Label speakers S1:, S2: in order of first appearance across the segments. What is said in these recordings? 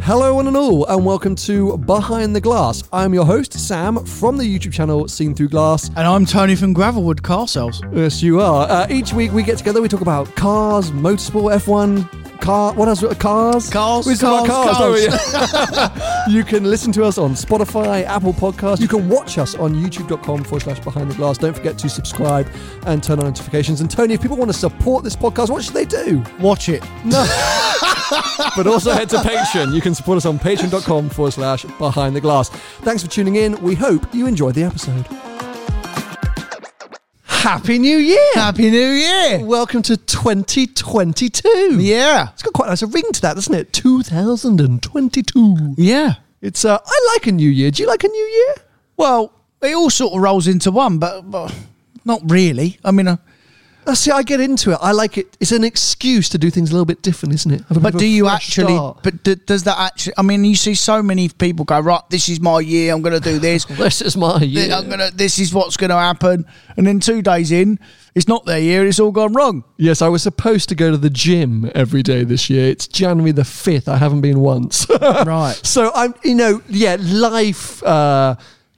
S1: Hello, one and all, and welcome to Behind the Glass. I'm your host, Sam, from the YouTube channel Seen Through Glass.
S2: And I'm Tony from Gravelwood Car Sales.
S1: Yes, you are. Uh, each week we get together, we talk about cars, motorsport, F1, car. What else? Uh, Cars?
S2: Cars,
S1: We talk about
S2: cars,
S1: don't we? you can listen to us on Spotify, Apple Podcasts. You can watch us on youtube.com forward slash behind the glass. Don't forget to subscribe and turn on notifications. And Tony, if people want to support this podcast, what should they do?
S2: Watch it.
S1: but also head to Patreon. You can support us on patreon.com forward slash behind the glass. Thanks for tuning in. We hope you enjoyed the episode.
S2: Happy New Year. Happy New Year.
S1: Welcome to 2022.
S2: Yeah.
S1: It's got quite a nice ring to that, doesn't it? 2022.
S2: Yeah.
S1: It's, uh, I like a new year. Do you like a new year?
S2: Well, it all sort of rolls into one, but, but not really. I mean, uh,
S1: Uh, see, I get into it. I like it. It's an excuse to do things a little bit different, isn't it? Have a bit
S2: but
S1: of
S2: do
S1: a
S2: you
S1: fresh
S2: actually?
S1: start.
S2: But d- does that actually? I mean, you see so many people go, right, this is my year. I'm going to do this.
S1: this is my year.
S2: I'm gonna. This is what's going to happen. And then two days in, it's not their year. It's all gone wrong.
S1: Yes, I was supposed to go to the gym every day this year. It's January the 5th. I haven't been once.
S2: Right.
S1: So I'm, you know, yeah, life uh,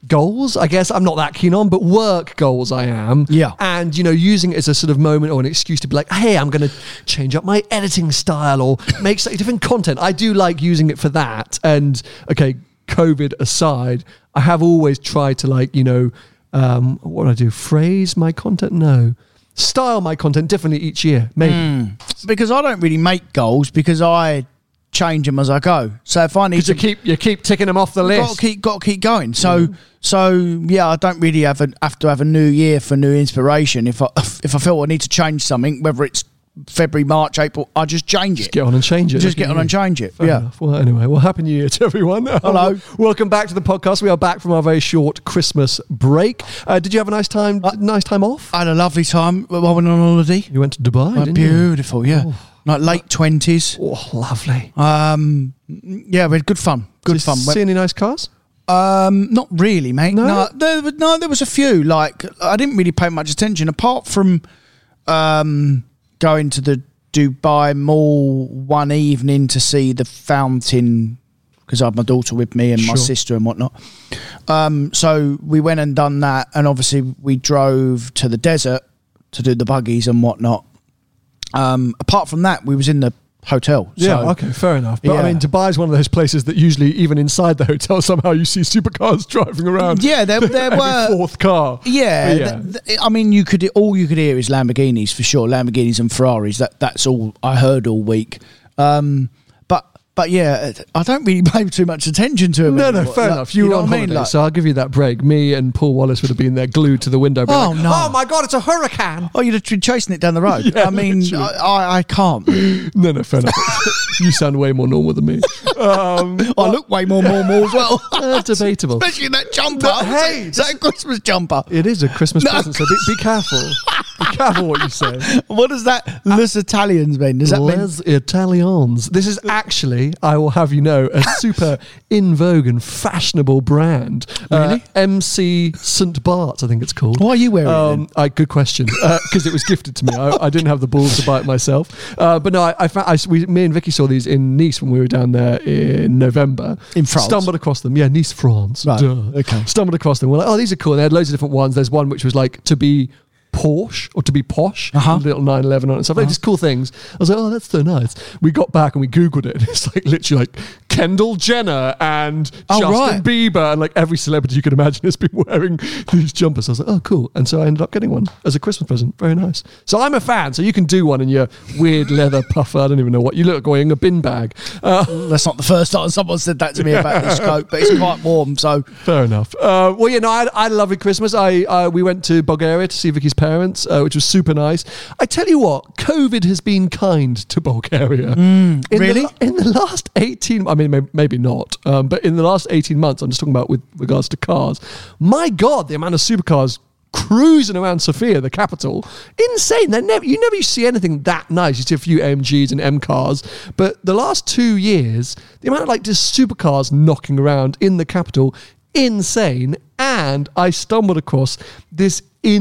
S1: goals. I guess I'm not that keen on, but work goals I am.
S2: Yeah.
S1: and you know, using it as a sort of moment or an excuse to be like, hey, I'm going to change up my editing style or make slightly different content. I do like using it for that. And okay, COVID aside, I have always tried to like, you know, um, what do I do? Phrase my content? No. Style my content differently each year, maybe.
S2: Mm. because I don't really make goals because I change them as I go. So if I need
S1: Because
S2: to
S1: you keep you keep ticking them off the
S2: got to
S1: list.
S2: keep got to keep going. So so yeah, I don't really have a, have to have a new year for new inspiration. If I if I feel I need to change something, whether it's February, March, April, I just change it.
S1: Get on and change it.
S2: Just
S1: Look
S2: get
S1: at
S2: on and
S1: you.
S2: change it.
S1: Fair
S2: yeah.
S1: enough. Well, anyway, well, happy new year to everyone. Um,
S2: Hello.
S1: Welcome back to the podcast. We are back from our very short Christmas break. Uh, did you have a nice time? nice time off?
S2: I had a lovely time while I went on holiday.
S1: you went to Dubai,
S2: Like,
S1: Oh, didn't you?
S2: beautiful, yeah. Like late twenties.
S1: Oh, lovely.
S2: Um, yeah, we had good fun. Good
S1: Did you
S2: fun.
S1: See
S2: Went-
S1: any nice cars?
S2: Um, not really, mate.
S1: No?
S2: No, there, was- no, there was a few. Like I didn't really pay much attention apart from um, going to the Dubai Mall one evening to see the fountain because I had my daughter with me and my
S1: Sure.
S2: sister and whatnot. Um, so we went and done that, and obviously we drove to the desert to do the buggies and whatnot. Um, apart from that, we was in the hotel. so-
S1: okay, fair enough. But I
S2: Yeah.
S1: mean, Dubai is one of those places that usually, even inside the hotel, somehow you see supercars driving around.
S2: Yeah, there, there
S1: Every
S2: were
S1: fourth car.
S2: Yeah,
S1: But Oh, yeah.
S2: th- th- I mean, you could all you could hear is Lamborghinis for sure, Lamborghinis and Ferraris. That that's all I heard all week. Um, but but yeah, I don't really pay too much attention to him.
S1: No, no,
S2: anymore.
S1: fair
S2: Like,
S1: enough. You, were
S2: know
S1: on
S2: what I
S1: holiday,
S2: mean? Like,
S1: so I'll give you that break. Me and Paul Wallace would have been there, glued to the window. being
S2: Oh,
S1: like,
S2: no.
S1: Oh my God, it's a hurricane!
S2: oh, you'd have been chasing it down the road.
S1: Yeah,
S2: I mean, I,
S1: literally.
S2: I, I can't.
S1: No, no, fair enough. you sound way more normal than me. Um,
S2: I look way more normal as well,
S1: uh, debatable.
S2: especially in that jumper.
S1: But hey,
S2: is that a Christmas jumper?
S1: It is a Christmas
S2: No.
S1: present, so be, be careful. Be careful what you say.
S2: What does that
S1: Ah.
S2: Les Italians mean? Does that mean
S1: Les Italians. This is actually, I will have you know, a super in vogue and fashionable brand.
S2: Really?
S1: MC St. Bart's, I think it's called.
S2: Why are you wearing it
S1: um, I, Good question. Because it was gifted to me. I, I didn't have the balls to buy it myself. Uh, but no, I, I, found, I s- we, me and Vicky saw these in Nice when we were down there in November.
S2: In France?
S1: Stumbled across them. Yeah, Nice, France.
S2: Right,
S1: Duh.
S2: okay.
S1: Stumbled across them. We're like, oh, these are cool. And they had loads of different ones. There's one which was like to be Porsche or to be posh,
S2: Uh-huh.
S1: little 911 on it and stuff. Like just cool things. I was like, oh, that's so nice. We got back and we Googled it. It's like literally like Kendall Jenner and
S2: Oh,
S1: Justin
S2: right.
S1: Bieber and like every celebrity you could imagine has been wearing these jumpers. I was like, oh, cool. And so I ended up getting one as a Christmas present. Very nice. So I'm a fan. So you can do one in your weird leather puffer. I don't even know what you look wearing a bin bag. Uh,
S2: That's not the first time someone said that to me about this coat, but it's quite warm. So
S1: Fair enough. Uh, well, you know, I, I had a lovely Christmas. I, I we went to Bulgaria to see Vicky's parents, uh, which was super nice. I tell you what, COVID has been kind to Bulgaria. in
S2: Mm, really?
S1: The, la- in the last eighteen, I mean, may- maybe not, um, but in the last eighteen months, I'm just talking about with regards to cars. My God, the amount of supercars cruising around Sofia, the capital, insane. They never, you never see anything that nice. You see a few MGs and M cars, but the last two years, the amount of like just supercars knocking around in the capital, insane. And I stumbled across this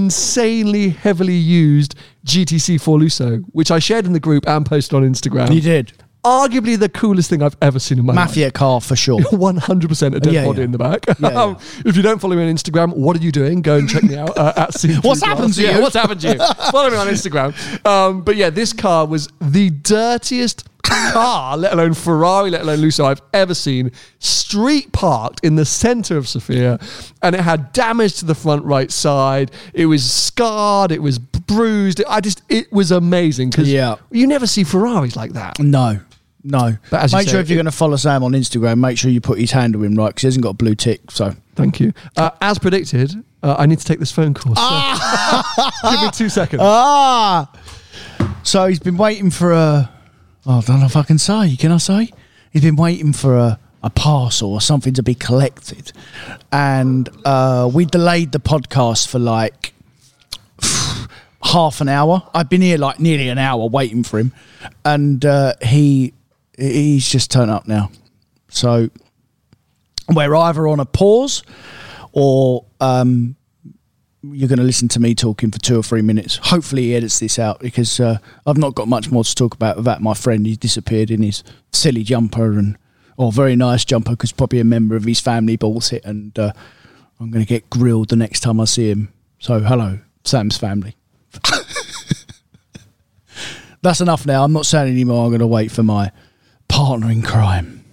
S1: insanely heavily used GTC 4 Lusso, which I shared in the group and posted on Instagram
S2: you did
S1: arguably the coolest thing I've ever seen in my life.
S2: mafia car for sure.
S1: 100% a dead
S2: Yeah,
S1: body
S2: yeah.
S1: in the back.
S2: Yeah, yeah.
S1: Um, If you don't follow me on Instagram, what are you doing? Go and check me out uh, at C.
S2: What's happened to
S1: yeah,
S2: you?
S1: What's happened to you? follow me on Instagram. Um, but yeah, this car was the dirtiest car, let alone Ferrari, let alone Lusso, I've ever seen. Street parked in the center of Sofia, and it had damage to the front right side. It was scarred. It was bruised. I just, it was amazing because
S2: Yeah.
S1: you never see Ferraris like that.
S2: No, no.
S1: But as you
S2: make
S1: say,
S2: sure if you're
S1: it-
S2: going to follow Sam on Instagram, make sure you put his handle in right because he hasn't got a blue tick. So
S1: Thank you. Uh, as predicted, uh, I need to take this phone call. So give me two seconds.
S2: ah, so he's been waiting for a. Oh, I don't know if I can say. Can I say? He's been waiting for a. A parcel or something to be collected, and uh, we delayed the podcast for like half an hour. I've been here like nearly an hour waiting for him, and uh, he he's just turned up now. So we're either on a pause, or um, you're going to listen to me talking for two or three minutes. Hopefully, he edits this out because uh, I've not got much more to talk about about my friend. He disappeared in his silly jumper and. Or very nice jumper because probably a member of his family bought it, and uh, I'm going to get grilled the next time I see him. So, hello, Sam's family. That's enough now. I'm not saying anymore. I'm going to wait for my partner in crime.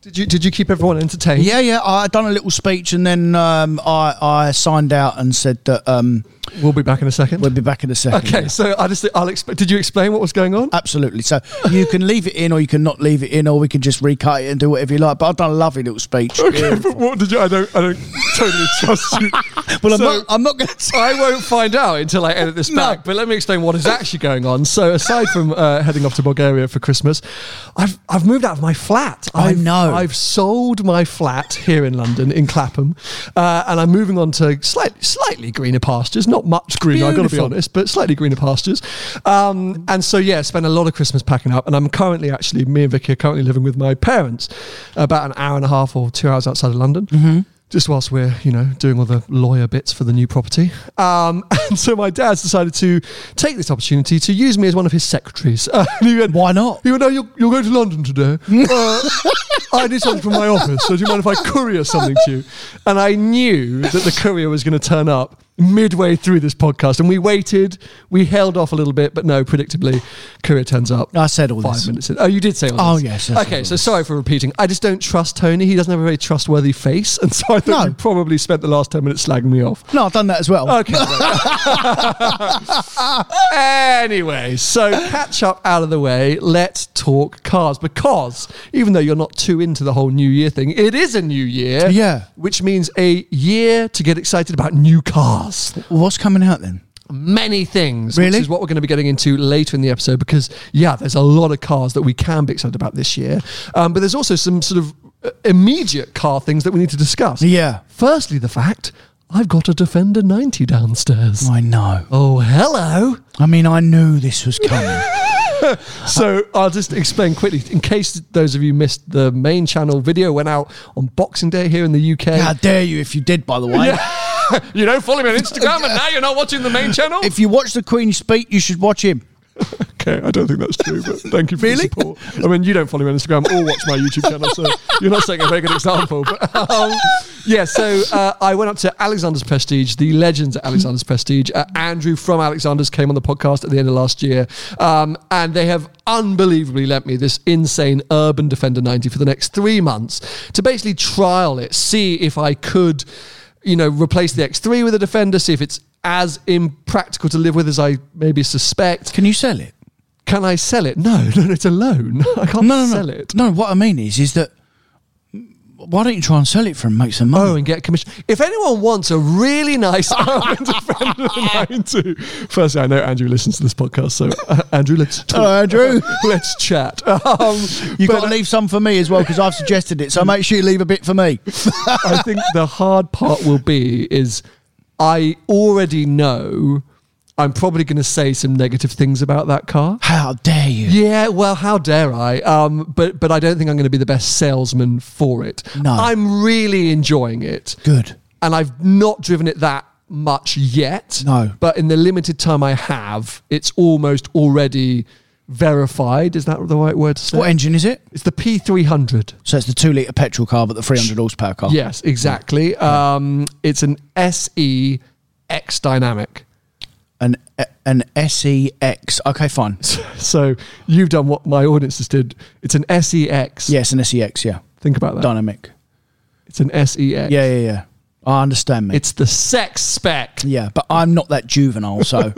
S1: Did you did you keep everyone entertained?
S2: Yeah, yeah. I done a little speech and then um, I, I signed out and said that um,
S1: We'll be back in a second.
S2: we'll be back in a Uh, second.
S1: okay. So I just I'll exp- Did you explain what was going on?
S2: Absolutely. So you can leave it in or you can not leave it in or we can just recut it and do whatever you like. But I've done a lovely little speech.
S1: okay. But what did you? I don't. I don't totally trust you.
S2: Well, I'm
S1: So-
S2: not, I'm not going to
S1: I won't find out until I edit this back. But let me explain what is actually going on. So, aside from uh, heading off to Bulgaria for Christmas, I've I've moved out of my flat.
S2: I
S1: I've-
S2: know.
S1: I've sold my flat here in London in Clapham, uh, and I'm moving on to slight, slightly greener pastures. Not much greener, I've got to be
S2: Beautiful.
S1: honest, but slightly greener pastures. Um, and so, yeah, spent a lot of Christmas packing up. And I'm currently actually me and Vicky are currently living with my parents, about an hour and a half or two hours outside of London.
S2: Mm-hmm.
S1: Just whilst we're, you know, doing all the lawyer bits for the new property. Um, and so my dad's decided to take this opportunity to use me as one of his secretaries. Uh, and he went,
S2: Why not?
S1: He went, no, you're, you're going to London today. Uh, I need something from my office, so do you mind if I courier something to you? And I knew that the courier was going to turn up midway through this podcast, and we waited, we held off a little bit, but no, predictably, courier turns up.
S2: I said all
S1: five
S2: this.
S1: minutes in. Oh, you did say all
S2: Oh,
S1: this.
S2: yes, yes,
S1: Okay,
S2: yes,
S1: so sorry for repeating. I just don't trust Tony. He doesn't have a very trustworthy face, and so I thought
S2: No.
S1: you probably spent the last ten minutes slagging me off.
S2: No, I've done that as well.
S1: Okay. anyway, so catch up out of the way. Let's talk cars because even though you're not too into the whole new year thing, it is a new year.
S2: Yeah.
S1: Which means a year to get excited about new cars
S2: What's coming out then?
S1: many things, which
S2: Really?
S1: is what we're going to be getting into later in the episode because, yeah, there's a lot of cars that we can be excited about this year. Um, but there's also some sort of uh, immediate car things that we need to discuss.
S2: Yeah.
S1: Firstly, the fact I've got a Defender 90 downstairs.
S2: I know.
S1: Oh, hello.
S2: I mean, I knew this was coming.
S1: So I'll just explain quickly in case those of you missed the main channel video went out on Boxing Day here in the UK.
S2: How dare you if you did, by the way.
S1: You don't follow me on Instagram and now you're not watching the main channel?
S2: If you watch the Queen speak, you should watch him.
S1: Okay, I don't think that's true, but thank you for the
S2: Really?
S1: support. I mean, you don't follow me on Instagram or watch my YouTube channel, so you're not setting a very good example. But um, yeah, so uh, I went up to Alexander's Prestige, the legends at Alexander's Prestige. Uh, Andrew from Alexander's came on the podcast at the end of last year, um, and they have unbelievably lent me this insane Urban Defender 90 for the next three months to basically trial it, see if I could you know, replace the X3 with a Defender, see if it's as impractical to live with as I maybe suspect.
S2: Can you sell it?
S1: Can I sell it? No, no, no, it's a loan. I can't
S2: No, no,
S1: sell
S2: no.
S1: it.
S2: No, what I mean is, is that why don't you try and sell it for and make some
S1: Oh,
S2: money?
S1: and get commission. If anyone wants a really nice Urban Defender 92, firstly, I know Andrew listens to this podcast, so uh, Andrew, let's talk.
S2: Hello, Andrew.
S1: let's chat. Um,
S2: you
S1: but-
S2: got to leave some for me as well because I've suggested it. So make sure you leave a bit for me.
S1: I think the hard part will be is I already know I'm probably going to say some negative things about that car.
S2: How dare you?
S1: Yeah, well, how dare I? Um, but but I don't think I'm going to be the best salesman for it.
S2: No.
S1: I'm really enjoying it,
S2: Good.
S1: and I've not driven it that much yet.
S2: No.
S1: but in the limited time I have, it's almost already verified. Is that the right word to say?
S2: What engine is it?
S1: it's the P300.
S2: So it's the two litre petrol car, but the 300 horsepower car.
S1: Yes, exactly. Um, it's an SE X dynamic.
S2: An, an SEX. Okay, fine.
S1: So you've done what my audiences did. It's an SEX.
S2: Yes, an SEX, yeah.
S1: Think about that.
S2: Dynamic.
S1: It's an SEX.
S2: Yeah, yeah, yeah. I understand, mate.
S1: It's the sex spec.
S2: yeah, but I'm not that juvenile, so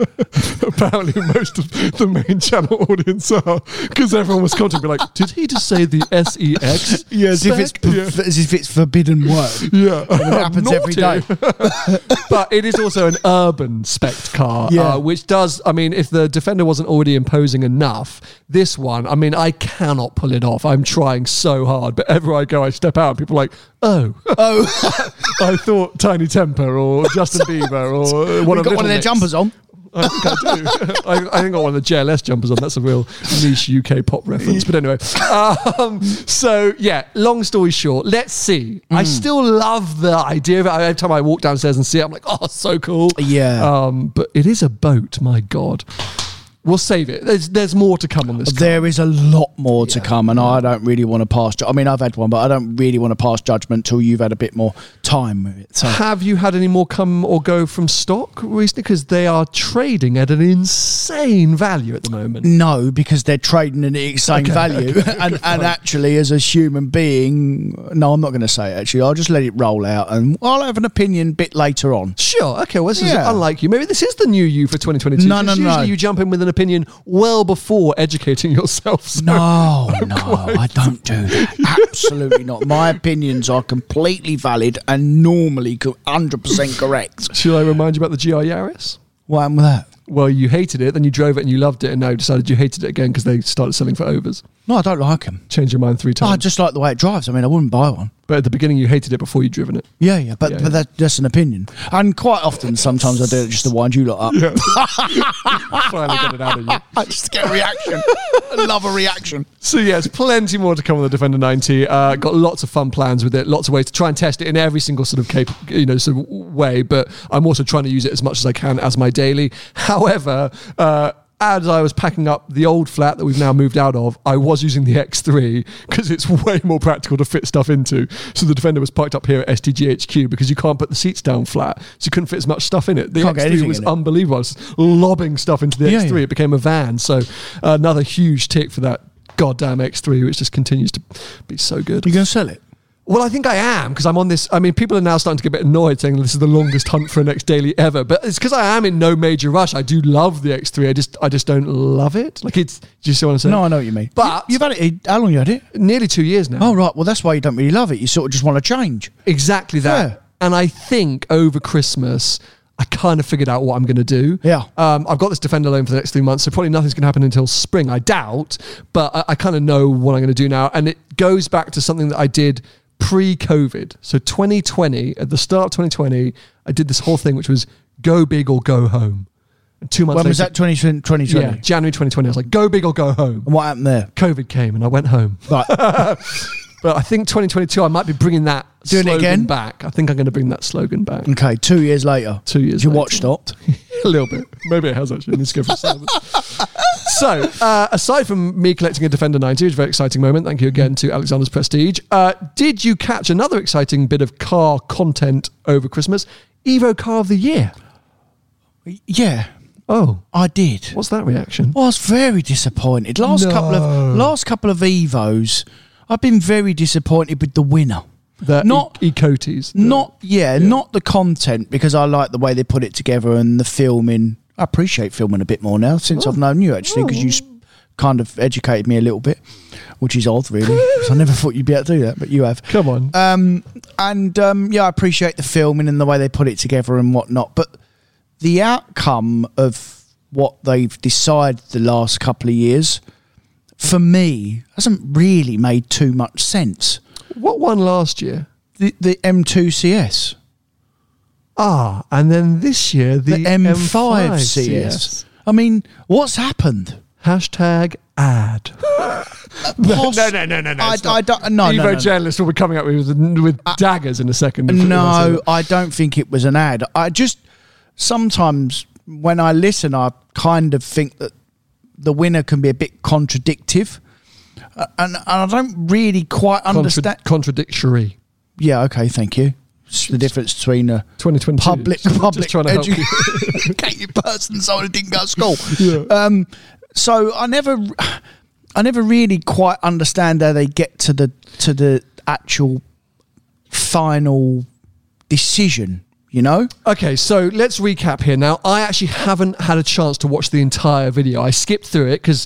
S1: Apparently, most of the main channel audience are because everyone was contacting me like, "Did he just say the sex?"
S2: as if it's
S1: spec?" yeah.
S2: as if it's forbidden work.
S1: Yeah, it
S2: happens every day.
S1: but it is also an urban spec car,
S2: Yeah.
S1: uh, which does. I mean, if the Defender wasn't already imposing enough, this one, I mean, I cannot pull it off. I'm trying so hard, but everywhere I go, I step out, and people are like, "Oh, oh, I thought Tiny Temper or Justin Bieber or uh, one
S2: We've
S1: of
S2: got one
S1: Little
S2: of their
S1: Mix."
S2: jumpers on.
S1: I think I do. I, I think I got one of the JLS jumpers on. That's a real niche UK pop reference. But anyway, um, so yeah. Long story short, let's see.
S2: Mm.
S1: I still love the idea of it. Every time I walk downstairs and see it, I'm like, oh, so cool.
S2: Yeah.
S1: Um, but it is a boat. My God. We'll save it. There's there's more to come on this. car.
S2: There is a lot more to come, and I don't really want to pass. Ju- I mean, I've had one, but I don't really want to pass judgment till you've had a bit more time with it. So
S1: Have you had any more come or go from stock recently? Because they are trading at an insane value at the moment.
S2: no, because they're trading at the same value, and, and actually, as a human being, no, I'm not going to say it. Actually, I'll just let it roll out, and I'll have an opinion bit later on.
S1: Sure. Okay. Well, this is
S2: Yeah.
S1: unlike you. Maybe this is the new you for 2022.
S2: No,
S1: It's
S2: no,
S1: usually
S2: no.
S1: you jump in with an opinion well before educating yourself. So
S2: No, no, I don't do that. Absolutely not. My opinions are completely valid and normally co- 100% correct.
S1: Shall I remind you about the GR Yaris?
S2: What happened with that?
S1: Well, you hated it, then you drove it and you loved it, and now you decided you hated it again because they started selling for overs.
S2: No, I don't like them.
S1: Change your mind three
S2: I
S1: times.
S2: Oh, just like the way it drives. I mean, I wouldn't buy one.
S1: but at the beginning, you hated it before you'd driven it.
S2: Yeah, yeah, but,
S1: Yeah,
S2: but
S1: yeah.
S2: That, that's an opinion. And quite often, sometimes I do it just to wind you lot up. Ah,
S1: Finally got it out of you.
S2: I just get a reaction. I love a reaction.
S1: So yes, plenty more to come on the Defender 90. Uh, got lots of fun plans with it, lots of ways to try and test it in every single sort of cap- you know sort of way. But I'm also trying to use it as much as I can as my daily. However. Uh, as I was packing up the old flat that we've now moved out of, I was using the X3 because it's way more practical to fit stuff into. So the Defender was parked up here at STGHQ because you can't put the seats down flat, so you couldn't fit as much stuff in it. The
S2: Can't get
S1: X3
S2: anything
S1: was
S2: in it.
S1: unbelievable. I was lobbing stuff into the
S2: Yeah,
S1: X3.
S2: yeah.
S1: It became a van. So another huge tick for that goddamn X3, which just continues to be so good.
S2: You're going to sell it?
S1: Well, I think I am because I'm on this. I mean, people are now starting to get a bit annoyed saying this is the longest hunt for an X daily ever, but it's because I am in no major rush. I do love the X3. I just, I just don't love it. Like it's, do you see what I'm saying?
S2: No, I know what you mean.
S1: But-
S2: You- you've had it. How long you had it?
S1: Nearly two years now.
S2: Oh, right. Well, that's why you don't really love it. You sort of just want to change.
S1: Exactly that.
S2: Yeah.
S1: And I think over Christmas, I kind of figured out what I'm going to do.
S2: Yeah.
S1: Um, I've got this Defender loan for the next three months, so probably nothing's going to happen until spring, I doubt. But I, I kind of know what I'm going to do now. And it goes back to something that I did pre COVID. So 2020, at the start of 2020, I did this whole thing, which was go big or go home. And two months
S2: When was
S1: later-
S2: that? 2020?
S1: Yeah, January 2020. I was like, go big or go home.
S2: And what happened there?
S1: COVID came and I went home.
S2: Right.
S1: But I think 2022, I might be bringing that
S2: Doing it
S1: slogan
S2: again?
S1: back. I think I'm going to bring that slogan back.
S2: okay, two years later.
S1: Two years
S2: Your
S1: later.
S2: watch stopped.
S1: a little bit. Maybe it has actually. I need to go for a service. so, uh, aside from me collecting a Defender 90, which is a very exciting moment, thank you again to Alexander's Prestige, uh, did you catch another exciting bit of car content over Christmas? Evo Car of the Year.
S2: Yeah,
S1: Oh,
S2: I did.
S1: what's that reaction?
S2: Well, I was very disappointed. Last couple of last couple of Evos, I've been very disappointed with the winner.
S1: The
S2: not-
S1: e- Ecotes. the-
S2: Not yeah, not the content because I like the way they put it together and the filming. I appreciate filming a bit more now since I've known you actually because you s- kind of educated me a little bit, which is odd really. 'cause I never thought you'd be able to do that, but you have.
S1: Come on.
S2: Um, and um, yeah, I appreciate the filming and the way they put it together and whatnot. But the outcome of what they've decided the last couple of years, for me, hasn't really made too much sense.
S1: what won last year?
S2: The, the M2CS.
S1: Ah, and then this year, the,
S2: the, M5, CS. I mean, what's happened?
S1: Hashtag ad.
S2: Poss-
S1: no, no, no, no, no,
S2: I,
S1: it's not.
S2: I don't, no,
S1: Evo
S2: no, no, no.
S1: journalists will be coming up with, with daggers in a second. if they want
S2: No,
S1: to.
S2: I don't think it was an ad. I just sometimes when I listen, I kind of think that the winner can be a bit contradictive, Uh, and, and I don't really quite
S1: Contra-
S2: understand.
S1: contradictory.
S2: yeah, okay, thank you. It's the difference between a
S1: 2022.
S2: public
S1: Just- just
S2: public
S1: trying to help you.
S2: educated person, someone who didn't go to school. Um, so I never, I never really quite understand how they get to the to the actual final decision. You know,
S1: Uh, Okay, so let's recap here. Now, I actually haven't had a chance to watch the entire video. I skipped through it because.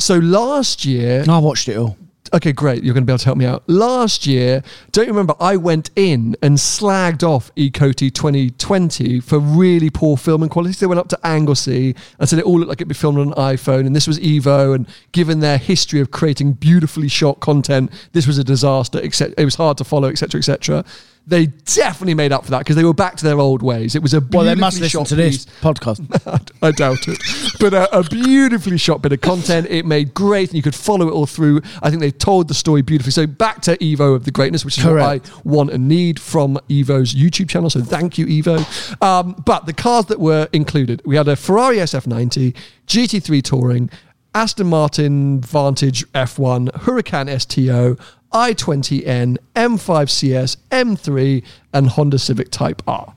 S1: So last year,
S2: I watched it all.
S1: okay, great, you're going to be able to help me out. Last year, don't you remember, I went in and slagged off Ecoti 2020 for really poor filming quality. They went up to Anglesey and said it all looked like it'd be filmed on an iPhone, and this was Evo, and given their history of creating beautifully shot content, this was a disaster, except it was hard to follow, etc., etc. They definitely made up for that because they were back to their old ways. It was a
S2: Well, they must
S1: beautifully
S2: listen
S1: shot
S2: to this
S1: piece.
S2: podcast.
S1: I doubt it. But uh, a, a beautifully shot bit of content. It made great, and you could follow it all through. I think they told the story beautifully. So back to Evo of the greatness, which is
S2: Correct.
S1: what I want and need from Evo's YouTube channel. So thank you, Evo. Um, but the cars that were included, we had a Ferrari SF90, GT3 Touring, Aston Martin Vantage F1, Huracan STO. i20N, M5CS, M3, and Honda Civic Type R.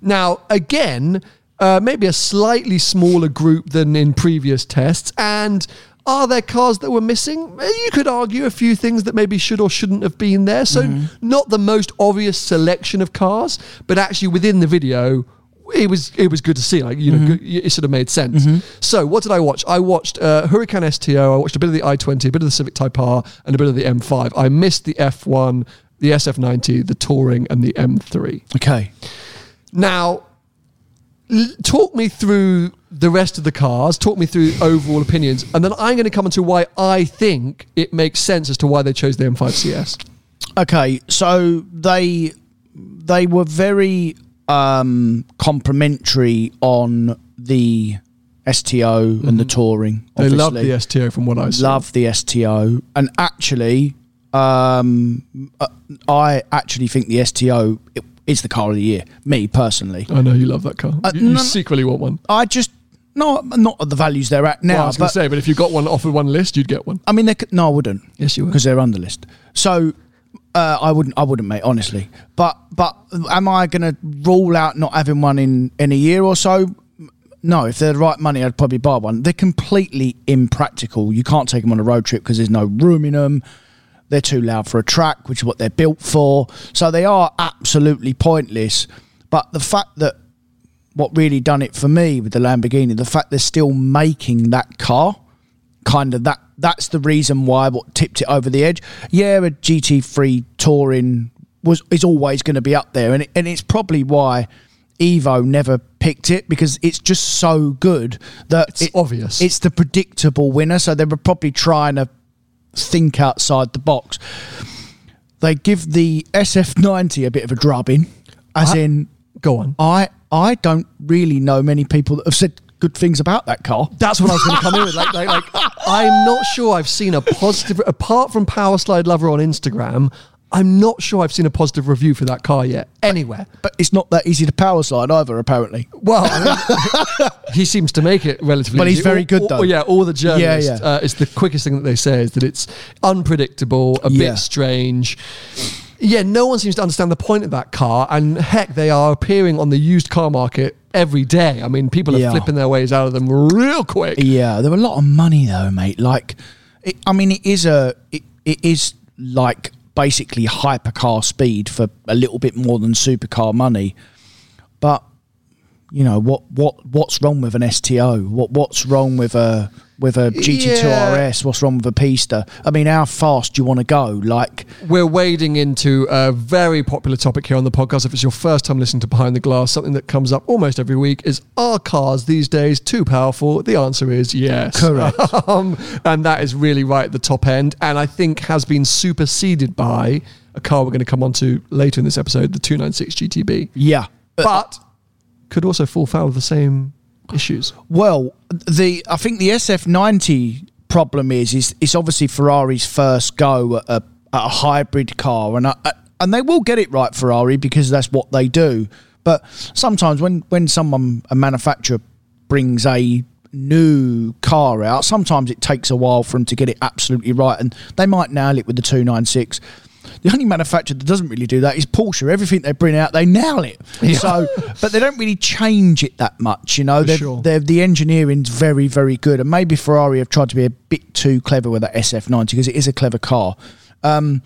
S1: Now, again, uh, maybe a slightly smaller group than in previous tests. And are there cars that were missing? Eh, You could argue a few things that maybe should or shouldn't have been there. So, not the most obvious selection of cars, but actually within the video, it was it was good to see. Like you know, good, it sort of made sense. So, what did I watch? I watched uh, Huracan STO. I watched a bit of the i20, a bit of the Civic Type R, and a bit of the M5. I missed the F1, the SF90, the Touring, and the M3.
S2: okay,
S1: Now, l- talk me through the rest of the cars, talk me through overall opinions, and then I'm going to come into why I think it makes sense as to why they chose the M5CS.
S2: okay. So they they were very um, complimentary on the STO and the touring.
S1: They
S2: obviously.
S1: love the STO from what I saw.
S2: love the STO, and actually, um, uh, I actually think the STO i- is the car of the year. Me personally,
S1: I know you love that car. you you
S2: no, no.
S1: secretly want one.
S2: I just no, not at the values they're at now.
S1: well, I was going
S2: but-
S1: to say, but if you got one off of one list, you'd get one.
S2: I mean, they could, no, I wouldn't.
S1: Yes, you would.
S2: because they're under list. So uh, I wouldn't. I wouldn't, mate. Honestly, but but am I going to rule out not having one in in a year or so? No, if they're the right money, I'd probably buy one. They're completely impractical. You can't take them on a road trip because there's no room in them. They're too loud for a track, which is what they're built for. So they are absolutely pointless. But the fact that what really done it for me with the Lamborghini, the fact they're still making that car, kind of that that's the reason why what tipped it over the edge. Yeah, a GT3 touring was is always going to be up there, and it, and it's probably why Evo never picked it because it's just so good that
S1: It's obvious.
S2: It's the predictable winner, so they were probably trying to think outside the box. They give the SF90 a bit of a drubbing, as in
S1: Go on.
S2: I I don't really know many people that have said good things about that car.
S1: That's what I was going to come in with. Like, like, like, I'm not sure I've seen a positive, apart from Power Slide Lover on Instagram. I'm not sure I've seen a positive review for that car yet anywhere.
S2: But it's not that easy to power slide either, apparently.
S1: Well, I mean, he seems to make it relatively.
S2: But he's
S1: easy.
S2: very
S1: All-
S2: good,
S1: all-
S2: though.
S1: yeah, all the journalists.
S2: Yeah, yeah.
S1: Uh, it's the quickest thing that they say is that it's unpredictable, a
S2: Yeah.
S1: bit strange. Yeah, no one seems to understand the point of that car, and heck, they are appearing on the used car market every day. I mean, people are
S2: Yeah.
S1: flipping their ways out of them real quick.
S2: Yeah, there were a lot of money though, mate. Like, it, I mean, it is a it, it is like basically hypercar speed for a little bit more than supercar money, but you know what what what's wrong with an STO? What what's wrong with a with a GT2
S1: Yeah.
S2: RS? What's wrong with a Pista? I mean, how fast do you want to go? Like,
S1: We're wading into a very popular topic here on the podcast. If it's your first time listening to Behind the Glass, something that comes up almost every week is are cars these days too powerful? The answer is yes.
S2: Correct.
S1: Um, and that is really right at the top end. And I think has been superseded by a car we're going to come on to later in this episode, the 296 GTB.
S2: yeah,
S1: But could also fall foul of the same issues.
S2: Well, the I think the SF90 problem is is it's obviously Ferrari's first go at a, at a hybrid car, and I, I- and they will get it right Ferrari because that's what they do. But sometimes when when someone a manufacturer brings a new car out, sometimes it takes a while for them to get it absolutely right, and they might nail it with the 296. The only manufacturer that doesn't really do that is Porsche. Everything they bring out, they nail it. So, but they don't really change it that much, you know. They've-
S1: sure.
S2: they've- the engineering's very, very good, and maybe Ferrari have tried to be a bit too clever with that SF90 because it is a clever car. Um,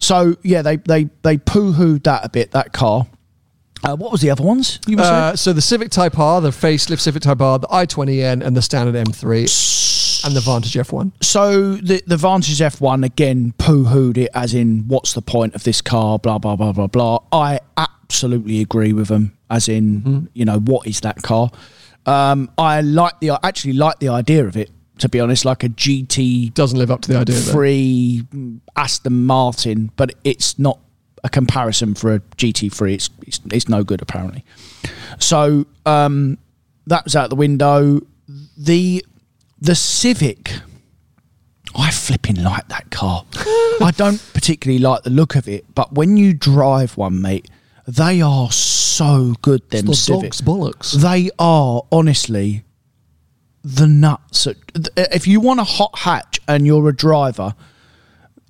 S2: so yeah, they they they poo-hooed that a bit. That car. Uh, what was the other ones? You were saying?
S1: Uh, so the Civic Type R, the facelift Civic Type R, the i20N, and the standard M3, and the Vantage F1.
S2: so the the Vantage F1 again poo-hooed it as in what's the point of this car blah blah blah blah blah. I absolutely agree with them as in you know what is that car? Um, I like the I actually like the idea of it to be honest like a GT
S1: Doesn't live up to the idea. though.
S2: free Aston Martin, but it's not a comparison for a GT3. It's it's, it's no good apparently. So um, that was out the window. The the Civic. I flipping like that car. I don't particularly like the look of it, but when you drive one, mate, they are so good. Them
S1: It's the
S2: Civics.
S1: dog's bollocks.
S2: They are honestly the nuts. at- th- uh, If you want a hot hatch and you're a driver,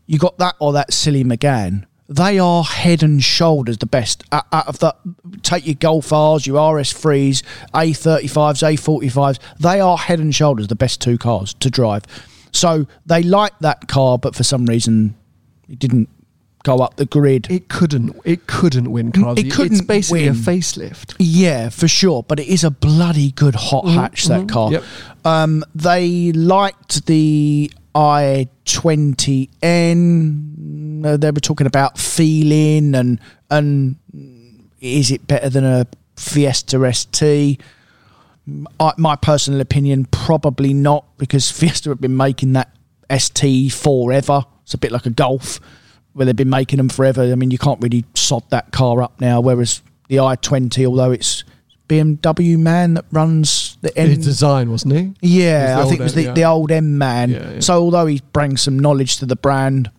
S2: you got that or that silly McGann. They are head and shoulders the best out out of the. Take your Golf R's, your RS3s, A35s, A45s. They are head and shoulders the best two cars to drive. So they like that car, but for some reason, it didn't go up the grid.
S1: It couldn't. It couldn't win car. of the
S2: It
S1: Year. It's
S2: couldn't
S1: basically a
S2: win.
S1: facelift.
S2: Yeah, for sure. But it is a bloody good hot hatch, that car.
S1: Mm-hmm, Yep.
S2: Um, they liked the i20N. Uh, They were talking about feeling and and is it better than a Fiesta ST? I, my personal opinion, probably not, because Fiesta have been making that ST forever. It's a bit like a Golf, where they've been making them forever. I mean, you can't really sod that car up now. Whereas the i20, although it's BMW man that runs the
S1: His
S2: end.
S1: design wasn't he?
S2: Yeah,
S1: It was the
S2: I think
S1: old
S2: it was
S1: M,
S2: the,
S1: yeah.
S2: the old M man.
S1: Yeah, yeah.
S2: So although he brings some knowledge to the brand,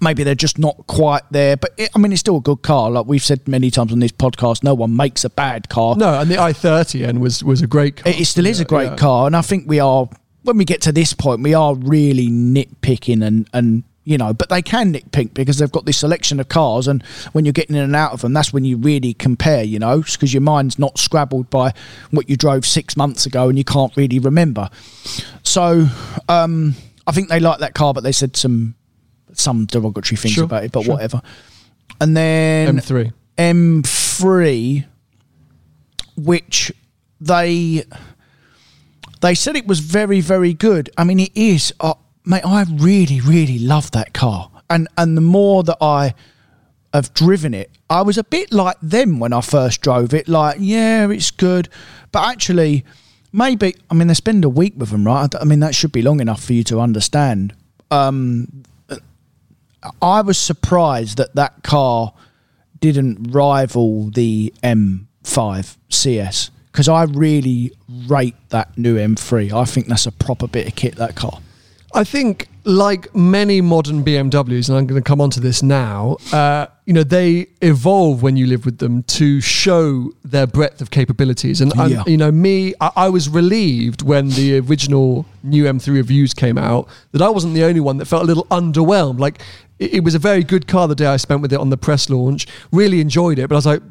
S2: maybe they're just not quite there. But it, I mean, it's still a good car. Like we've said many times on this podcast, no one makes a bad car.
S1: No, and the i30N was was a great car.
S2: It, it still is
S1: Yeah,
S2: a great
S1: yeah.
S2: car, and I think we are when we get to this point, we are really nitpicking and and you know, but they can nitpick because they've got this selection of cars, and when you're getting in and out of them, that's when you really compare, you know, because your mind's not scrabbled by what you drove six months ago and you can't really remember. So um, I think they like that car, but they said some some derogatory things
S1: Sure,
S2: about it, but
S1: sure.
S2: whatever. And then
S1: M3.
S2: M3, which they they said it was very very good. I mean, it is. Uh, mate, I really really love that car, and and the more that I have driven it, I was a bit like them when I first drove it. Like, yeah, it's good, but actually, maybe I mean they spend a week with them, right? I d- I mean that should be long enough for you to understand. I was surprised that that car didn't rival the M5 CS because I really rate that new M3. I think that's a proper bit of kit. That car.
S1: I think like many modern BMWs, and I'm going to come onto this now, uh, you know, they evolve when you live with them to show their breadth of capabilities. And, and,
S2: Yeah.
S1: you know, me, I, I was relieved when the original new M3 reviews came out that I wasn't the only one that felt a little underwhelmed. Like, it, it was a very good car the day I spent with it on the press launch, really enjoyed it, but I was like,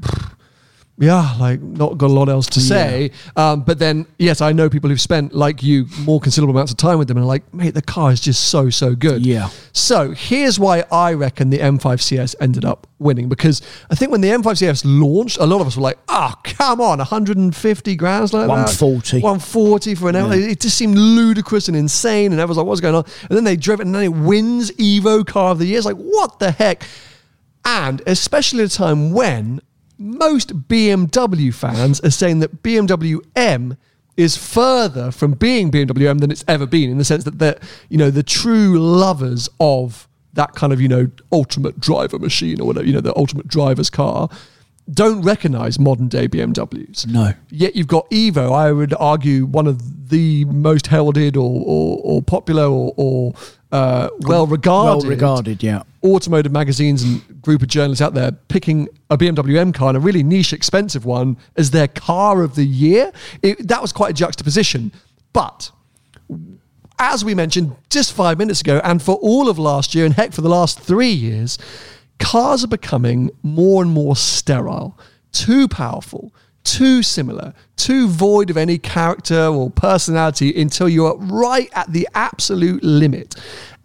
S1: yeah, like not got a lot else to say. Um, but then, yes, I know people who've spent like you more considerable amounts of time with them and are like, mate, the car is just so so good.
S2: Yeah.
S1: So here's why I reckon the M5CS ended up winning because I think when the M5CS launched, a lot of us were like, oh, come on, 150 grand, like that.
S2: 140.
S1: 140 for an hour. It just seemed ludicrous and insane. And everyone's like, what's going on? And then they drove it and then it wins Evo Car of the Year. It's like, what the heck? And especially at a time when most BMW fans are saying that BMW M is further from being BMW M than it's ever been, in the sense that that you know the true lovers of that kind of you know ultimate driver machine or whatever you know the ultimate driver's car don't recognise modern day BMWs.
S2: No.
S1: Yet you've got Evo. I would argue one of the most heralded or or, or popular or, or uh, well regarded
S2: Well regarded, yeah.
S1: automotive magazines and group of journalists out there picking a BMW M car and a really niche, expensive one as their car of the year. It, that was quite a juxtaposition. But as we mentioned just five minutes ago, and for all of last year, and heck, for the last three years, cars are becoming more and more sterile, too powerful, too similar, too void of any character or personality until you're right at the absolute limit.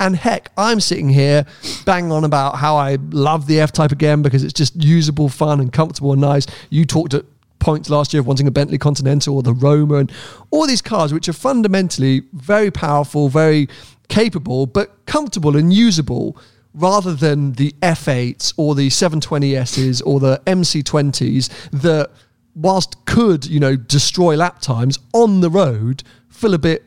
S1: And heck, I'm sitting here bang on about how I love the F Type again because it's just usable, fun, and comfortable and nice. You talked at points last year of wanting a Bentley Continental or the Roma and all these cars which are fundamentally very powerful, very capable, but comfortable and usable rather than the F8s or the 720Ss or the MC20s that whilst could, you know, destroy lap times on the road, feel a bit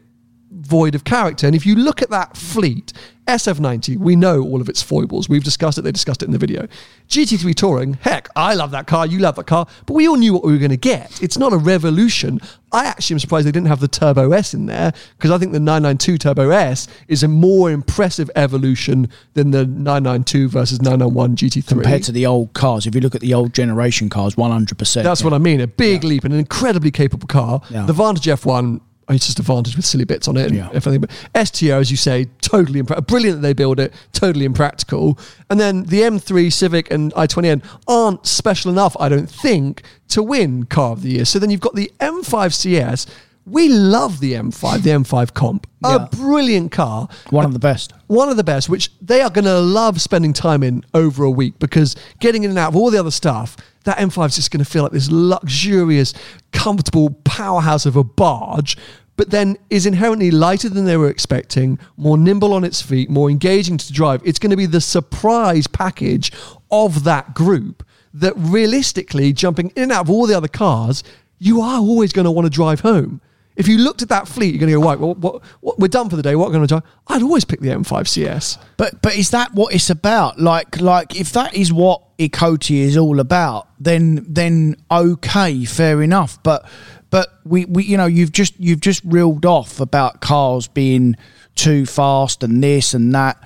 S1: void of character. And if you look at that fleet, SF90, we know all of its foibles. We've discussed it. They discussed it in the video. GT3 Touring, heck, I love that car. You love that car. But we all knew what we were going to get. It's not a revolution. I actually am surprised they didn't have the Turbo S in there because I think the 992 Turbo S is a more impressive evolution than the 992 versus 991 GT3.
S2: Compared to the old cars, if you look at the old generation cars, 100%.
S1: That's what I mean. A big leap and an incredibly capable car.
S2: Yeah.
S1: The Vantage F1, it's just a Vantage with silly bits on it and
S2: Yeah.
S1: everything. But STO, as you say, totally impra- brilliant that they build it, totally impractical. And then the M3 Civic and i20N aren't special enough, I don't think, to win Car of the Year. So then you've got the M5 CS. We love the M5, the M5 Comp.
S2: Yeah.
S1: A brilliant car
S2: One of the best.
S1: one of the best, which they are going to love spending time in over a week because getting in and out of all the other stuff, that M5 is just going to feel like this luxurious, comfortable powerhouse of a barge, but then is inherently lighter than they were expecting, more nimble on its feet, more engaging to drive. It's going to be the surprise package of that group that realistically, jumping in and out of all the other cars, you are always going to want to drive home. If you looked at that fleet, you're going to go, right, well, what, what, we're done for the day. What are going to do? I'd always pick the M5 CS.
S2: But but is that what it's about? Like like if that is what Ecoti is all about, then then okay, fair enough. But but we, we you know you've just you've just reeled off about cars being too fast and this and that.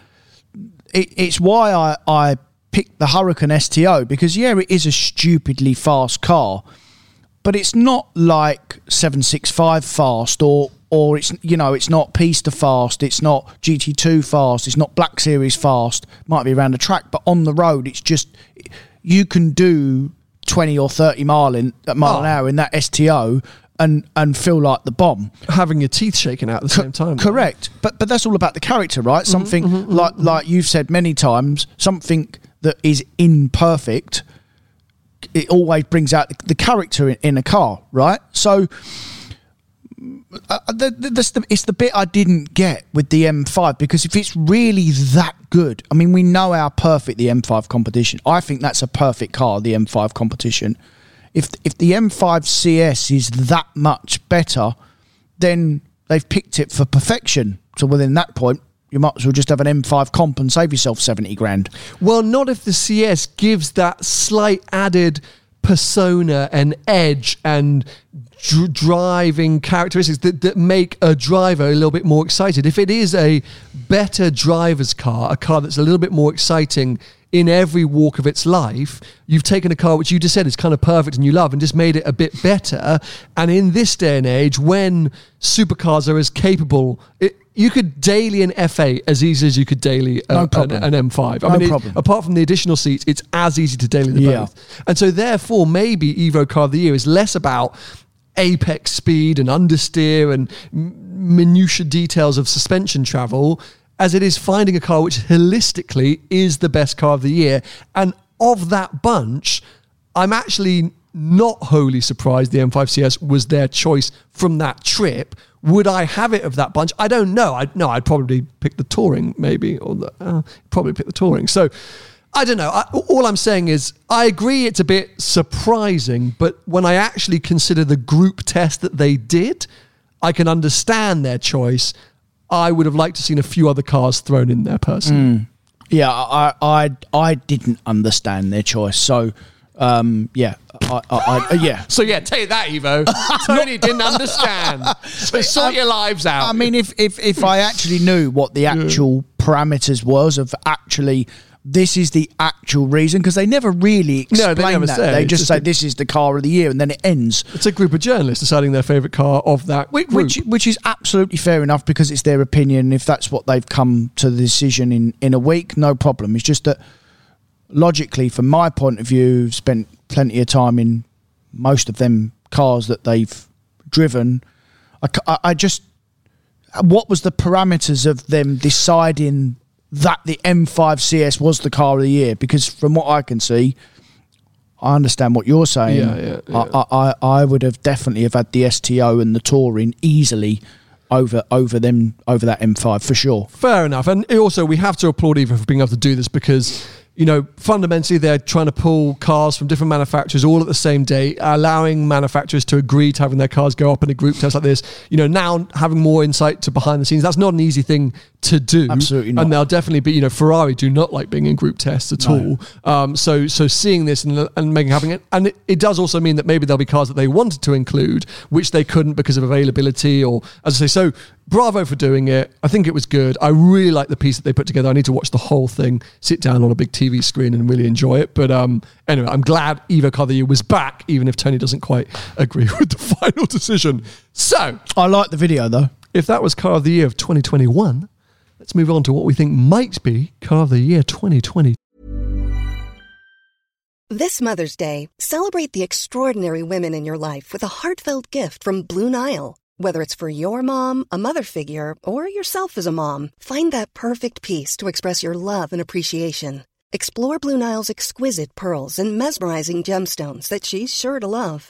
S2: It, it's why I I picked the Hurricane STO because yeah, it is a stupidly fast car, but it's not like 765 fast or or it's you know it's not Pista fast it's not GT2 fast it's not Black Series fast might be around the track but on the road it's just you can do 20 or 30 mile in a mile an
S1: Oh.
S2: hour in that STO and and feel like the bomb
S1: Having your teeth shaken out at the same time.
S2: Correct, but but that's all about the character, right? Something like like you've said many times, something that is imperfect. It always brings out the character in, in a car, right? So uh, the, the, that's the, it's the bit I didn't get with the M5 because if it's really that good, I mean, we know how perfect the M5 competition. I think that's a perfect car, the M5 competition. If if the M5 CS is that much better, then they've picked it for perfection. So within that point, you might as well just have an M5 comp and save yourself seventy grand.
S1: Well, not if the CS gives that slight added persona and edge and dr- driving characteristics that, that make a driver a little bit more excited. If it is a better driver's car, a car that's a little bit more exciting in every walk of its life, you've taken a car which you just said is kind of perfect and you love and just made it a bit better. And in this day and age, when supercars are as capable, it, you could daily an F8 as easy as you could daily a,
S2: No
S1: an-
S2: problem.
S1: an, M5. I
S2: No
S1: mean, it-
S2: problem.
S1: apart from the additional seats, it's as easy to daily the
S2: Yeah.
S1: both. And so, therefore, maybe Evo Car of the Year is less about apex speed and understeer and m- minutiae details of suspension travel as it is finding a car which holistically is the best car of the year. And of that bunch, I'm actually not wholly surprised the M5CS was their choice from that trip. Would I have it of that bunch? I don't know. I no, I'd probably pick the touring maybe, or the, uh, probably pick the touring. So I don't know. I, all I'm saying is, I agree it's a bit surprising, but when I actually consider the group test that they did, I can understand their choice. I would have liked to seen a few other cars thrown in there, personally.
S2: Yeah, I, I, I didn't understand their choice. So, um, yeah, I, I, I yeah.
S1: So yeah, take that, Evo. Tony didn't understand. So sort your lives out.
S2: I mean, if if if I actually knew what the actual parameters was of actually. This is the actual reason because they never really explain
S1: No, they never
S2: that.
S1: say.
S2: They
S1: It's
S2: just
S1: just
S2: say
S1: a-
S2: this is the car of the year, and then it ends.
S1: it's a group of journalists deciding their favorite car of that
S2: Which,
S1: group.
S2: which which is absolutely fair enough because it's their opinion. If that's what they've come to the decision in in a week, no problem. It's just that logically, from my point of view, I've spent plenty of time in most of them cars that they've driven. I, c- I- I just what was the parameters of them deciding that the M5 CS was the car of the year? Because from what I can see. I understand what you're saying.
S1: Yeah, yeah, yeah.
S2: I, I, I I would have definitely have had the STO and the touring easily over over them over that M5 for sure.
S1: Fair enough. And also, we have to applaud Eva for being able to do this because, you know, fundamentally they're trying to pull cars from different manufacturers all at the same day, allowing manufacturers to agree to having their cars go up in a group test like this. You know, now having more insight to behind the scenes, that's not an easy thing to do.
S2: Absolutely not.
S1: And they'll definitely be, you know, Ferrari do not like being in group tests at all. Um, so, so seeing this and, and making it happen, and- and it, it does also mean that maybe there'll be cars that they wanted to include, which they couldn't because of availability or, as I say, so bravo for doing it. I think it was good. I really like the piece that they put together. I need to watch the whole thing, sit down on a big TV screen and really enjoy it. But um, anyway, I'm glad Evo Car of the Year was back, even if Tony doesn't quite agree with the final decision. So,
S2: I like the video though.
S1: if that was Car of the Year of 2021, let's move on to what we think might be Car of the Year 2020.
S3: This Mother's Day, celebrate the extraordinary women in your life with a heartfelt gift from Blue Nile. Whether it's for your mom, a mother figure, or yourself as a mom, find that perfect piece to express your love and appreciation. Explore Blue Nile's exquisite pearls and mesmerizing gemstones that she's sure to love.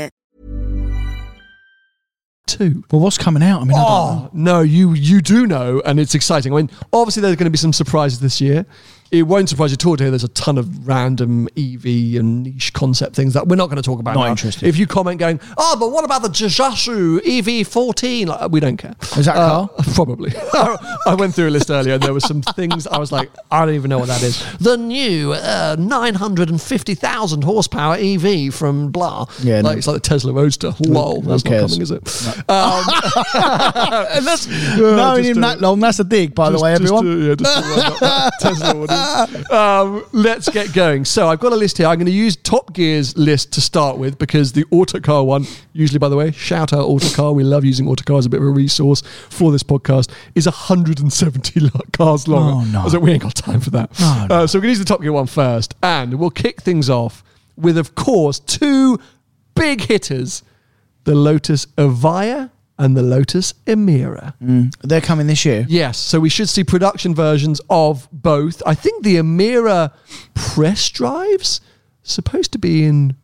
S1: Two.
S2: Well, what's coming out? I mean, I don't know.
S1: Oh, no, you you do know, and it's exciting. I mean, obviously there's going to be some surprises this year. It won't surprise you at all to hear there's a ton of random EV and niche concept things that we're not going to talk about.
S2: Not
S1: now.
S2: interested.
S1: If you comment going, oh, but what about the Jujutsu EV14? Like, we don't care. Uh,
S2: Is that a car?
S1: Probably. I went through a list earlier and there were some things I was like, I don't even know what that is. The new uh, 950,000 horsepower EV from blah.
S2: Yeah,
S1: Like,
S2: no.
S1: It's like the Tesla Roadster. Lol, that's not
S2: cares?
S1: coming, is it? Um, and that's,
S2: Knowing
S1: just
S2: him
S1: a-
S2: that long, that's a dig, by the way,
S1: just- just
S2: everyone.
S1: to- yeah, just to round up that Tesla audience. Um, let's get going. So I've got a list here. I'm going to use Top Gear's list to start with because the Autocar one, usually, by the way, shout out Autocar. We love using Autocar as a bit of a resource for this podcast. Is 170 lo- cars long.
S2: Oh, no.
S1: I was like, we ain't got time for that. Uh, so we're going to use the Top Gear one first, and we'll kick things off with, of course, two big hitters: the Lotus Avaya and the Lotus Emira.
S2: They're coming this year.
S1: Yes, so we should see production versions of both. I think the Amira press drives supposed to be in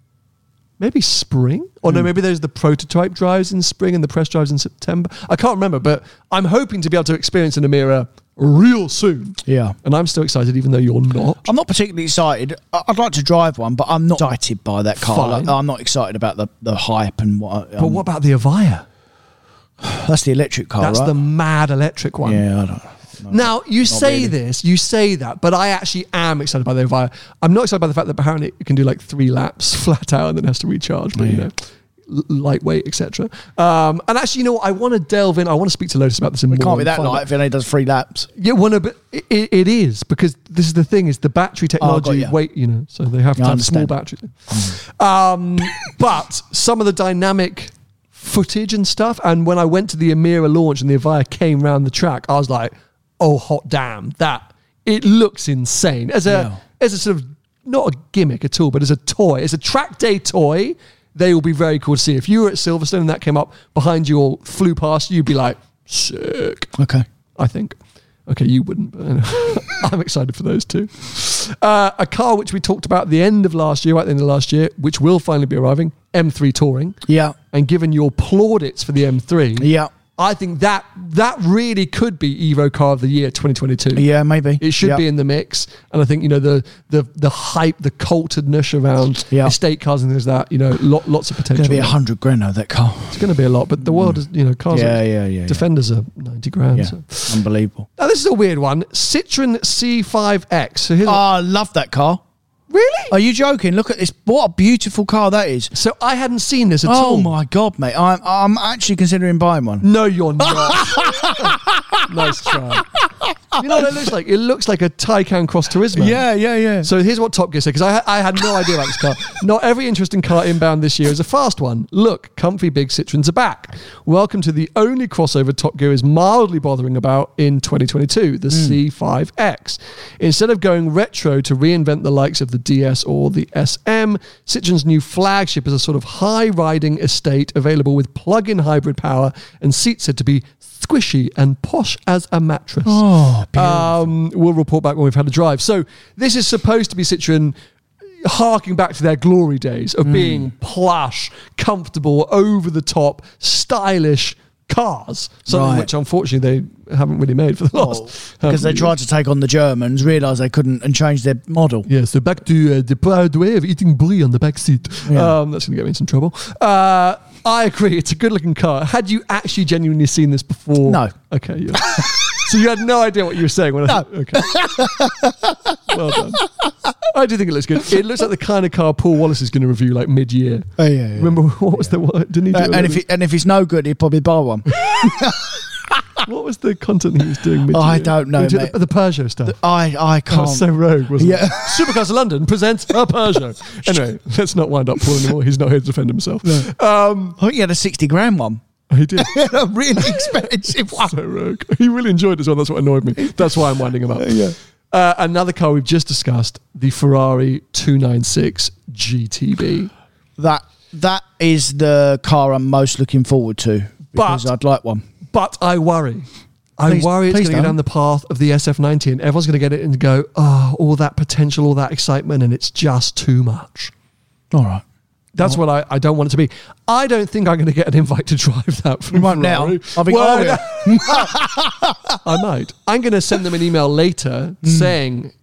S1: maybe spring, or
S2: Hmm.
S1: no, maybe there's the prototype drives in spring and the press drives in September. I can't remember, but I'm hoping to be able to experience an Amira real soon.
S2: Yeah.
S1: and I'm still excited, even though you're not.
S2: I'm not particularly excited. I- I'd like to drive one, but I'm not excited by that car.
S1: Fine.
S2: Like, I'm not excited about the, the hype and what.
S1: But
S2: um,
S1: what about the Avaya?
S2: That's the electric car,
S1: That's
S2: right?
S1: the mad electric one.
S2: yeah, I don't.
S1: Now you say
S2: really.
S1: this, you say that, but I actually am excited by the Avaya. I'm not excited by the fact that apparently it can do like three laps flat out and then has to recharge. But you know, l- lightweight, etc. Um, and actually, you know what? I want to delve in. I want to speak to Lotus about this. In
S2: It
S1: more
S2: can't be
S1: and
S2: that
S1: find out-
S2: light if it only does three laps.
S1: Yeah, well, no, but it, it is because this is the thing: is the battery technology
S2: Oh, ya.
S1: weight. You know, so they have to
S2: I
S1: have small
S2: understand. Mm-hmm.
S1: batteries. Um, but some of the dynamic footage and stuff, and when I went to the Amira launch and the Avaya came round the track, I was like, "Oh, hot damn! That it looks insane." As a as a sort of not a gimmick at all, but as a toy, as a track day toy. They will be very cool to see. If you were at Silverstone and that came up behind you or flew past you, you'd be like, sick.
S2: Okay.
S1: I think. Okay, you wouldn't, but anyway. I'm excited for those two. Uh, a car which we talked about at the end of last year, right at the end of last year, which will finally be arriving, M3 Touring.
S2: Yeah.
S1: And given your plaudits for the M3,
S2: Yeah.
S1: I think that that really could be Evo Car of the Year 2022.
S2: Yeah, maybe.
S1: It should
S2: Yeah.
S1: be in the mix, and I think you know the the the hype, the cultedness around
S2: Yeah.
S1: estate cars and things like that. You know, lot, lots of potential.
S2: Gonna be a hundred grand though that car.
S1: It's going to be a lot, but the world is you know cars.
S2: Yeah,
S1: are,
S2: yeah, yeah, yeah.
S1: Defenders are ninety grand.
S2: Yeah,
S1: so.
S2: unbelievable.
S1: Now this is a weird one. Citroen C5X. So here's
S2: Oh, I love that car.
S1: really.
S2: Are you joking? Look at this. What a beautiful car that is.
S1: so I hadn't seen this at all.
S2: Oh my god, mate! I'm I'm actually considering buying one.
S1: No, you're not. nice try. You know what it looks like? It looks like a Taycan Cross Turismo.
S2: Yeah, yeah, yeah.
S1: So here's what Top Gear said because I, ha- I had no idea about this car. Not every interesting car inbound this year is a fast one. Look, comfy big Citroens are back. Welcome to the only crossover Top Gear is mildly bothering about in 2022, the C5X. Instead of going retro to reinvent the likes of the DS or the SM, Citroen's new flagship is a sort of high riding estate available with plug in hybrid power and seats said to be squishy and posh as a mattress um, we'll report back when we've had a drive. So this is supposed to be Citroen harking back to their glory days of being plush, comfortable, over the top, stylish cars, something
S2: Right. Oh,
S1: which unfortunately they haven't really made for the last uh, how
S2: Because they
S1: many
S2: tried to take on the Germans, realised they couldn't, and changed their model.
S1: yeah, so back to uh, the proud way of eating brie on the back seat. Um, that's going to get me in some trouble. Uh, I agree. It's a good looking car. Had you actually genuinely seen this before?
S2: No.
S1: Okay. Yeah. so you had no idea what you were saying when I. Okay. well done. I do think it looks good. It looks like the kind of car Paul Wallace is going to review like mid year.
S2: Oh, yeah, yeah.
S1: Remember what was the what didn't he do?
S2: Uh, and if
S1: another-
S2: it, and if it's no good, he'd probably buy one.
S1: what was the content he was doing? Mid-year?
S2: Oh, I don't know,
S1: He did
S2: mate.
S1: The, the Peugeot stuff.
S2: I I
S1: That
S2: can't.
S1: was so rogue, wasn't
S2: Yeah.
S1: it? Supercars of London presents a Peugeot. anyway, let's not wind up Paul anymore. He's not here to defend himself. Um,
S2: I think he had a sixty grand one.
S1: he did.
S2: a really expensive one.
S1: so rogue. He really enjoyed it as well. That's what annoyed me. That's why I'm winding him up. yeah. Uh, another car we've just discussed, the Ferrari 296 GTB.
S2: That that is the car I'm most looking forward to because
S1: But-
S2: I'd like one.
S1: But I worry. I
S2: Please-
S1: worry it's
S2: please
S1: going to go
S2: don't.
S1: down the path of the SF90 and everyone's going to get it and go, oh, all that potential, all that excitement, and it's just too much.
S2: All right.
S1: That's what I, I don't want it to be. I don't think I'm going to get an invite to drive that from
S2: You won't now.
S1: Ferrari.
S2: I think
S1: Well,
S2: I will. Mm.
S1: I might. I'm going to send them an email later saying,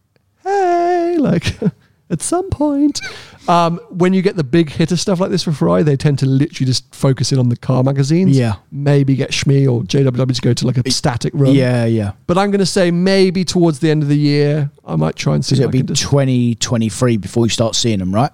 S1: hey, like at some point. Um, when you get the big hitter stuff like this for Fry, they tend to literally just focus in on the car magazines.
S2: Yeah.
S1: Maybe get Schmee or JWW to go to like a static run.
S2: Yeah, yeah.
S1: But I'm going to say maybe towards the end of the year, I might try and see.
S2: Because
S1: if I
S2: it'll be
S1: can just-
S2: 2023 before you start seeing them, right?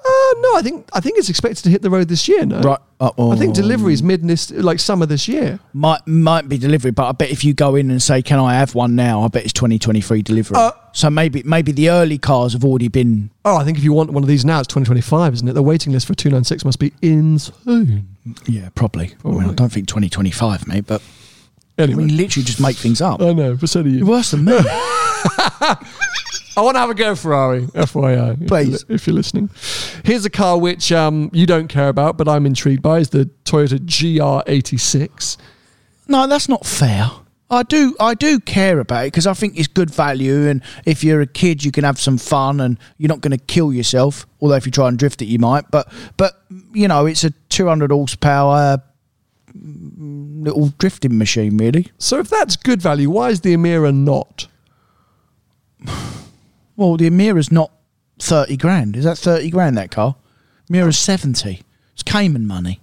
S1: Uh, no, I think I think it's expected to hit the road this year. No,
S2: Right. Uh,
S1: I think
S2: um,
S1: deliveries mid this like summer this year.
S2: Might might be delivery, but I bet if you go in and say, "Can I have one now?" I bet it's 2023 delivery.
S1: Uh,
S2: so maybe maybe the early cars have already been.
S1: Oh, I think if you want one of these now, it's 2025, isn't it? The waiting list for 296 must be insane.
S2: Yeah, probably. I, mean, I don't think 2025, mate. But I
S1: Anyway,
S2: mean, literally just make things up.
S1: I know, but so do you.
S2: You're worse than me.
S1: I want to have a go, Ferrari. FYI, if you're
S2: Please.
S1: li- if you're listening. Here's a car which um, you don't care about, but I'm intrigued by is the Toyota GR86.
S2: No, that's not fair. I do, I do care about it because I think it's good value, and if you're a kid, you can have some fun, and you're not going to kill yourself. Although if you try and drift it, you might. But, but you know, it's a 200 horsepower mm, little drifting machine, really.
S1: So if that's good value, why is the Amira not?
S2: Well, the Amira's not 30 grand. Is that 30 grand, that car? Amira's 70. It's Cayman money.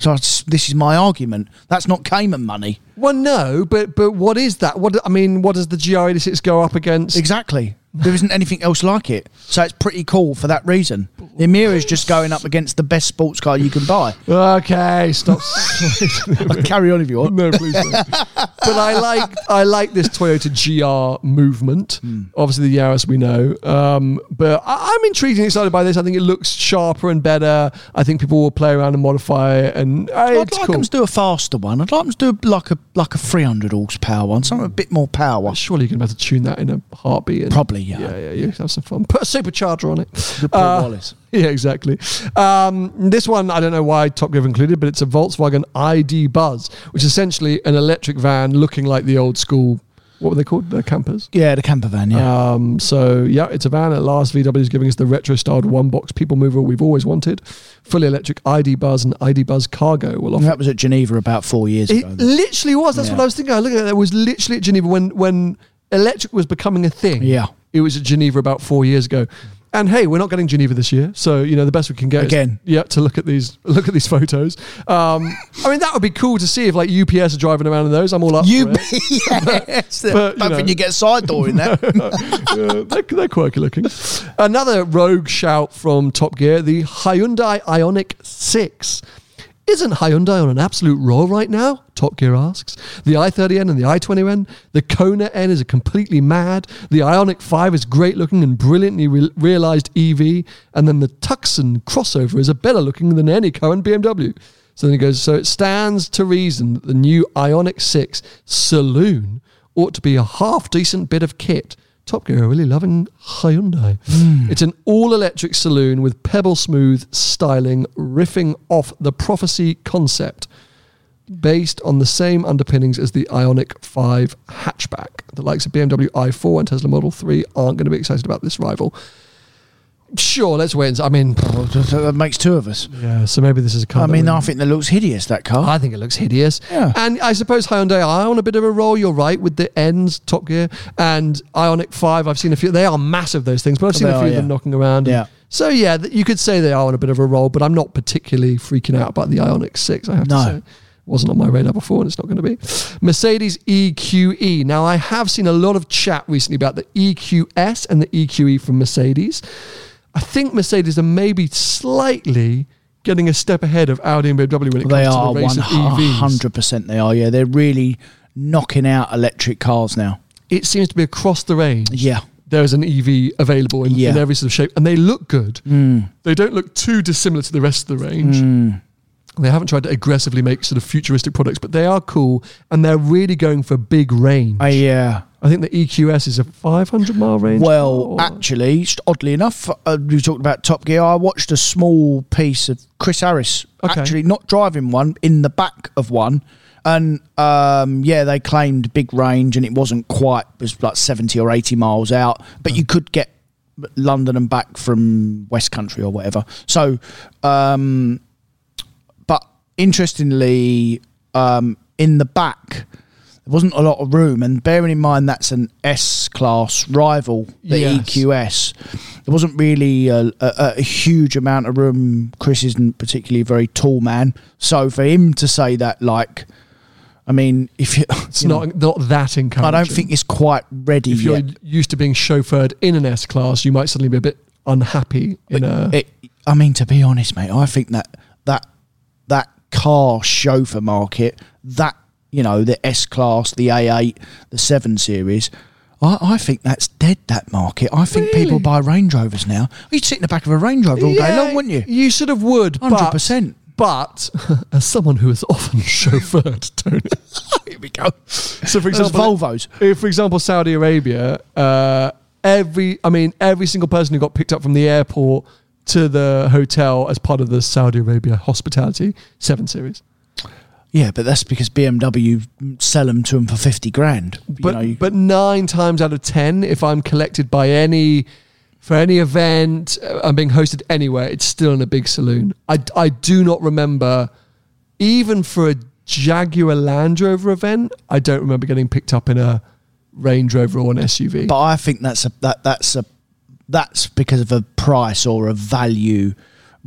S2: So it's, this is my argument. That's not Cayman money.
S1: Well, no, but but what is that? What I mean, what does the GR86 go up against?
S2: Exactly. There isn't anything else like it. So it's pretty cool for that reason. The Amira is just going up against the best sports car you can buy.
S1: Okay, stop.
S2: I'll carry on if you want.
S1: no, please don't. but I like I like this Toyota GR movement.
S2: Hmm.
S1: Obviously, the Yaris we know, um, but I, I'm intrigued and excited by this. I think it looks sharper and better. I think people will play around and modify it, and uh,
S2: I'd
S1: it's
S2: like
S1: cool.
S2: them to do a faster one. I'd like them to do like a like a 300 horsepower one, something a bit more power.
S1: Oh, Surely you can have to tune that in a heartbeat. And,
S2: Probably, yeah.
S1: Yeah, yeah, you have some fun. Put a supercharger on it.
S2: Paul
S1: Uh,
S2: Wallace.
S1: Yeah, exactly. Um, this one, I don't know why Top Gear have included, but it's a Volkswagen ID Buzz, which is essentially an electric van looking like the old school, what were they called? The campers.
S2: Yeah, the camper van. Yeah,
S1: Um, so, yeah, it's a van at last. VW is giving us the retro styled one box people mover we've always wanted. Fully electric ID Buzz and ID Buzz Cargo will offer.
S2: that was at Geneva about four years
S1: It
S2: ago.
S1: literally was. That's what
S2: Yeah.
S1: I was thinking. I look at it. It was literally at Geneva when when electric was becoming a thing.
S2: Yeah.
S1: it was at Geneva about four years ago. And hey, we're not getting Geneva this year, so you know the best we can get is-
S2: Again.
S1: yeah, to look at these look at these photos. Um, I mean, that would be cool to see if like UPS are driving around in those. I'm all up.
S2: You,
S1: for it.
S2: yes,
S1: but, you
S2: don't
S1: know.
S2: think you get a side door in there.
S1: Yeah, they're, they're quirky looking. Another rogue shout from Top Gear: the Hyundai Ionic Six. Isn't Hyundai on an absolute roll right now? Top Gear asks. The i30N and the i20N. The Kona N is a completely mad. The Ionic 5 is great looking and brilliantly re- realized EV. And then the Tucson crossover is a better looking than any current BMW. So then he goes, so it stands to reason that the new Ionic 6 Saloon ought to be a half decent bit of kit. Top Gear are really loving Hyundai.
S2: Hmm.
S1: It's an all electric saloon with pebble smooth styling, riffing off the prophecy concept based on the same underpinnings as the Ionic 5 hatchback. The likes of BMW i4 and Tesla Model 3 aren't going to be excited about this rival. Sure, let's wait. and s- I mean,
S2: So that makes two of us.
S1: yeah, so maybe this is a car.
S2: I
S1: that
S2: mean,
S1: we-
S2: I think that looks hideous. That car.
S1: I think it looks hideous.
S2: Yeah.
S1: And I suppose Hyundai are on a bit of a roll. You're right with the ends, Top Gear, and Ionic Five. I've seen a few. They are massive those things, but I've seen
S2: They
S1: a
S2: are,
S1: few of them
S2: yeah.
S1: knocking around.
S2: Yeah.
S1: So yeah, th- you could say they are on a bit of a roll, but I'm not particularly freaking out about the Ionic Six. I have
S2: No.
S1: to say. Wasn't on my radar before, and it's not going to be. Mercedes EQE. Now, I have seen a lot of chat recently about the EQS and the EQE from Mercedes. I think Mercedes are maybe slightly getting a step ahead of Audi and BMW when it
S2: they
S1: comes
S2: are
S1: to the race
S2: one
S1: of E EVs.
S2: hundred percent. They are. Yeah, they're really knocking out electric cars now.
S1: it seems to be across the range.
S2: Yeah.
S1: There is an EV available in,
S2: Yeah. Hmm.
S1: in every sort of shape, and they look good. They don't look too dissimilar to the rest of the range. They haven't tried to aggressively make sort of futuristic products, but they are cool and they're really going for big range.
S2: I, uh, yeah.
S1: I think the EQS is a 500 mile range. Oh,
S2: Well, uh,
S1: car, or-
S2: actually, st- oddly enough, uh, you talked about Top Gear. I watched a small piece of Chris Harris
S1: Okay.
S2: actually not driving one in the back of one, and um, yeah, they claimed big range, and it wasn't quite it was like seventy or eighty miles out, but you could get London and back from West Country or whatever. So, um, but interestingly, um, in the back. there wasn't a lot of room. And bearing in mind that's an S class rival, the
S1: Yes.
S2: EQS, there wasn't really a, a, a huge amount of room. Chris isn't particularly a very tall man, so for him to say that, like, I mean, if you,
S1: It's
S2: you know,
S1: not not that encouraging.
S2: I don't think it's quite ready
S1: if you're
S2: yet.
S1: used to being chauffeured in an S class, you might suddenly be a bit unhappy in a.
S2: It, I mean, to be honest, mate, I think that that that car chauffeur market, that you know, the S class, the A8, the Seven Series. I, I think that's dead. That market. I think people buy Range Rovers now. You'd sit in the back of a Range Rover all day
S1: Yeah,
S2: long, wouldn't you?
S1: You sort of would, but-
S2: 100%.
S1: But as someone who is often chauffeured, Tony, here we go. So, for
S2: Those
S1: example,
S2: Volvos.
S1: Uh, If, for example, Saudi Arabia, uh, every I mean, every single person who got picked up from the airport to the hotel as part of the Saudi Arabia hospitality seven series.
S2: Yeah, but that's because BMW sell them to them for fifty grand. You
S1: but
S2: know, you-
S1: but nine times out of ten, if I'm collected by any for any event, uh, I'm being hosted anywhere. It's still in a big saloon. I I do not remember, even for a Jaguar Land Rover event, I don't remember getting picked up in a Range Rover or an SUV.
S2: but I think that's a that that's a that's because of a price or a value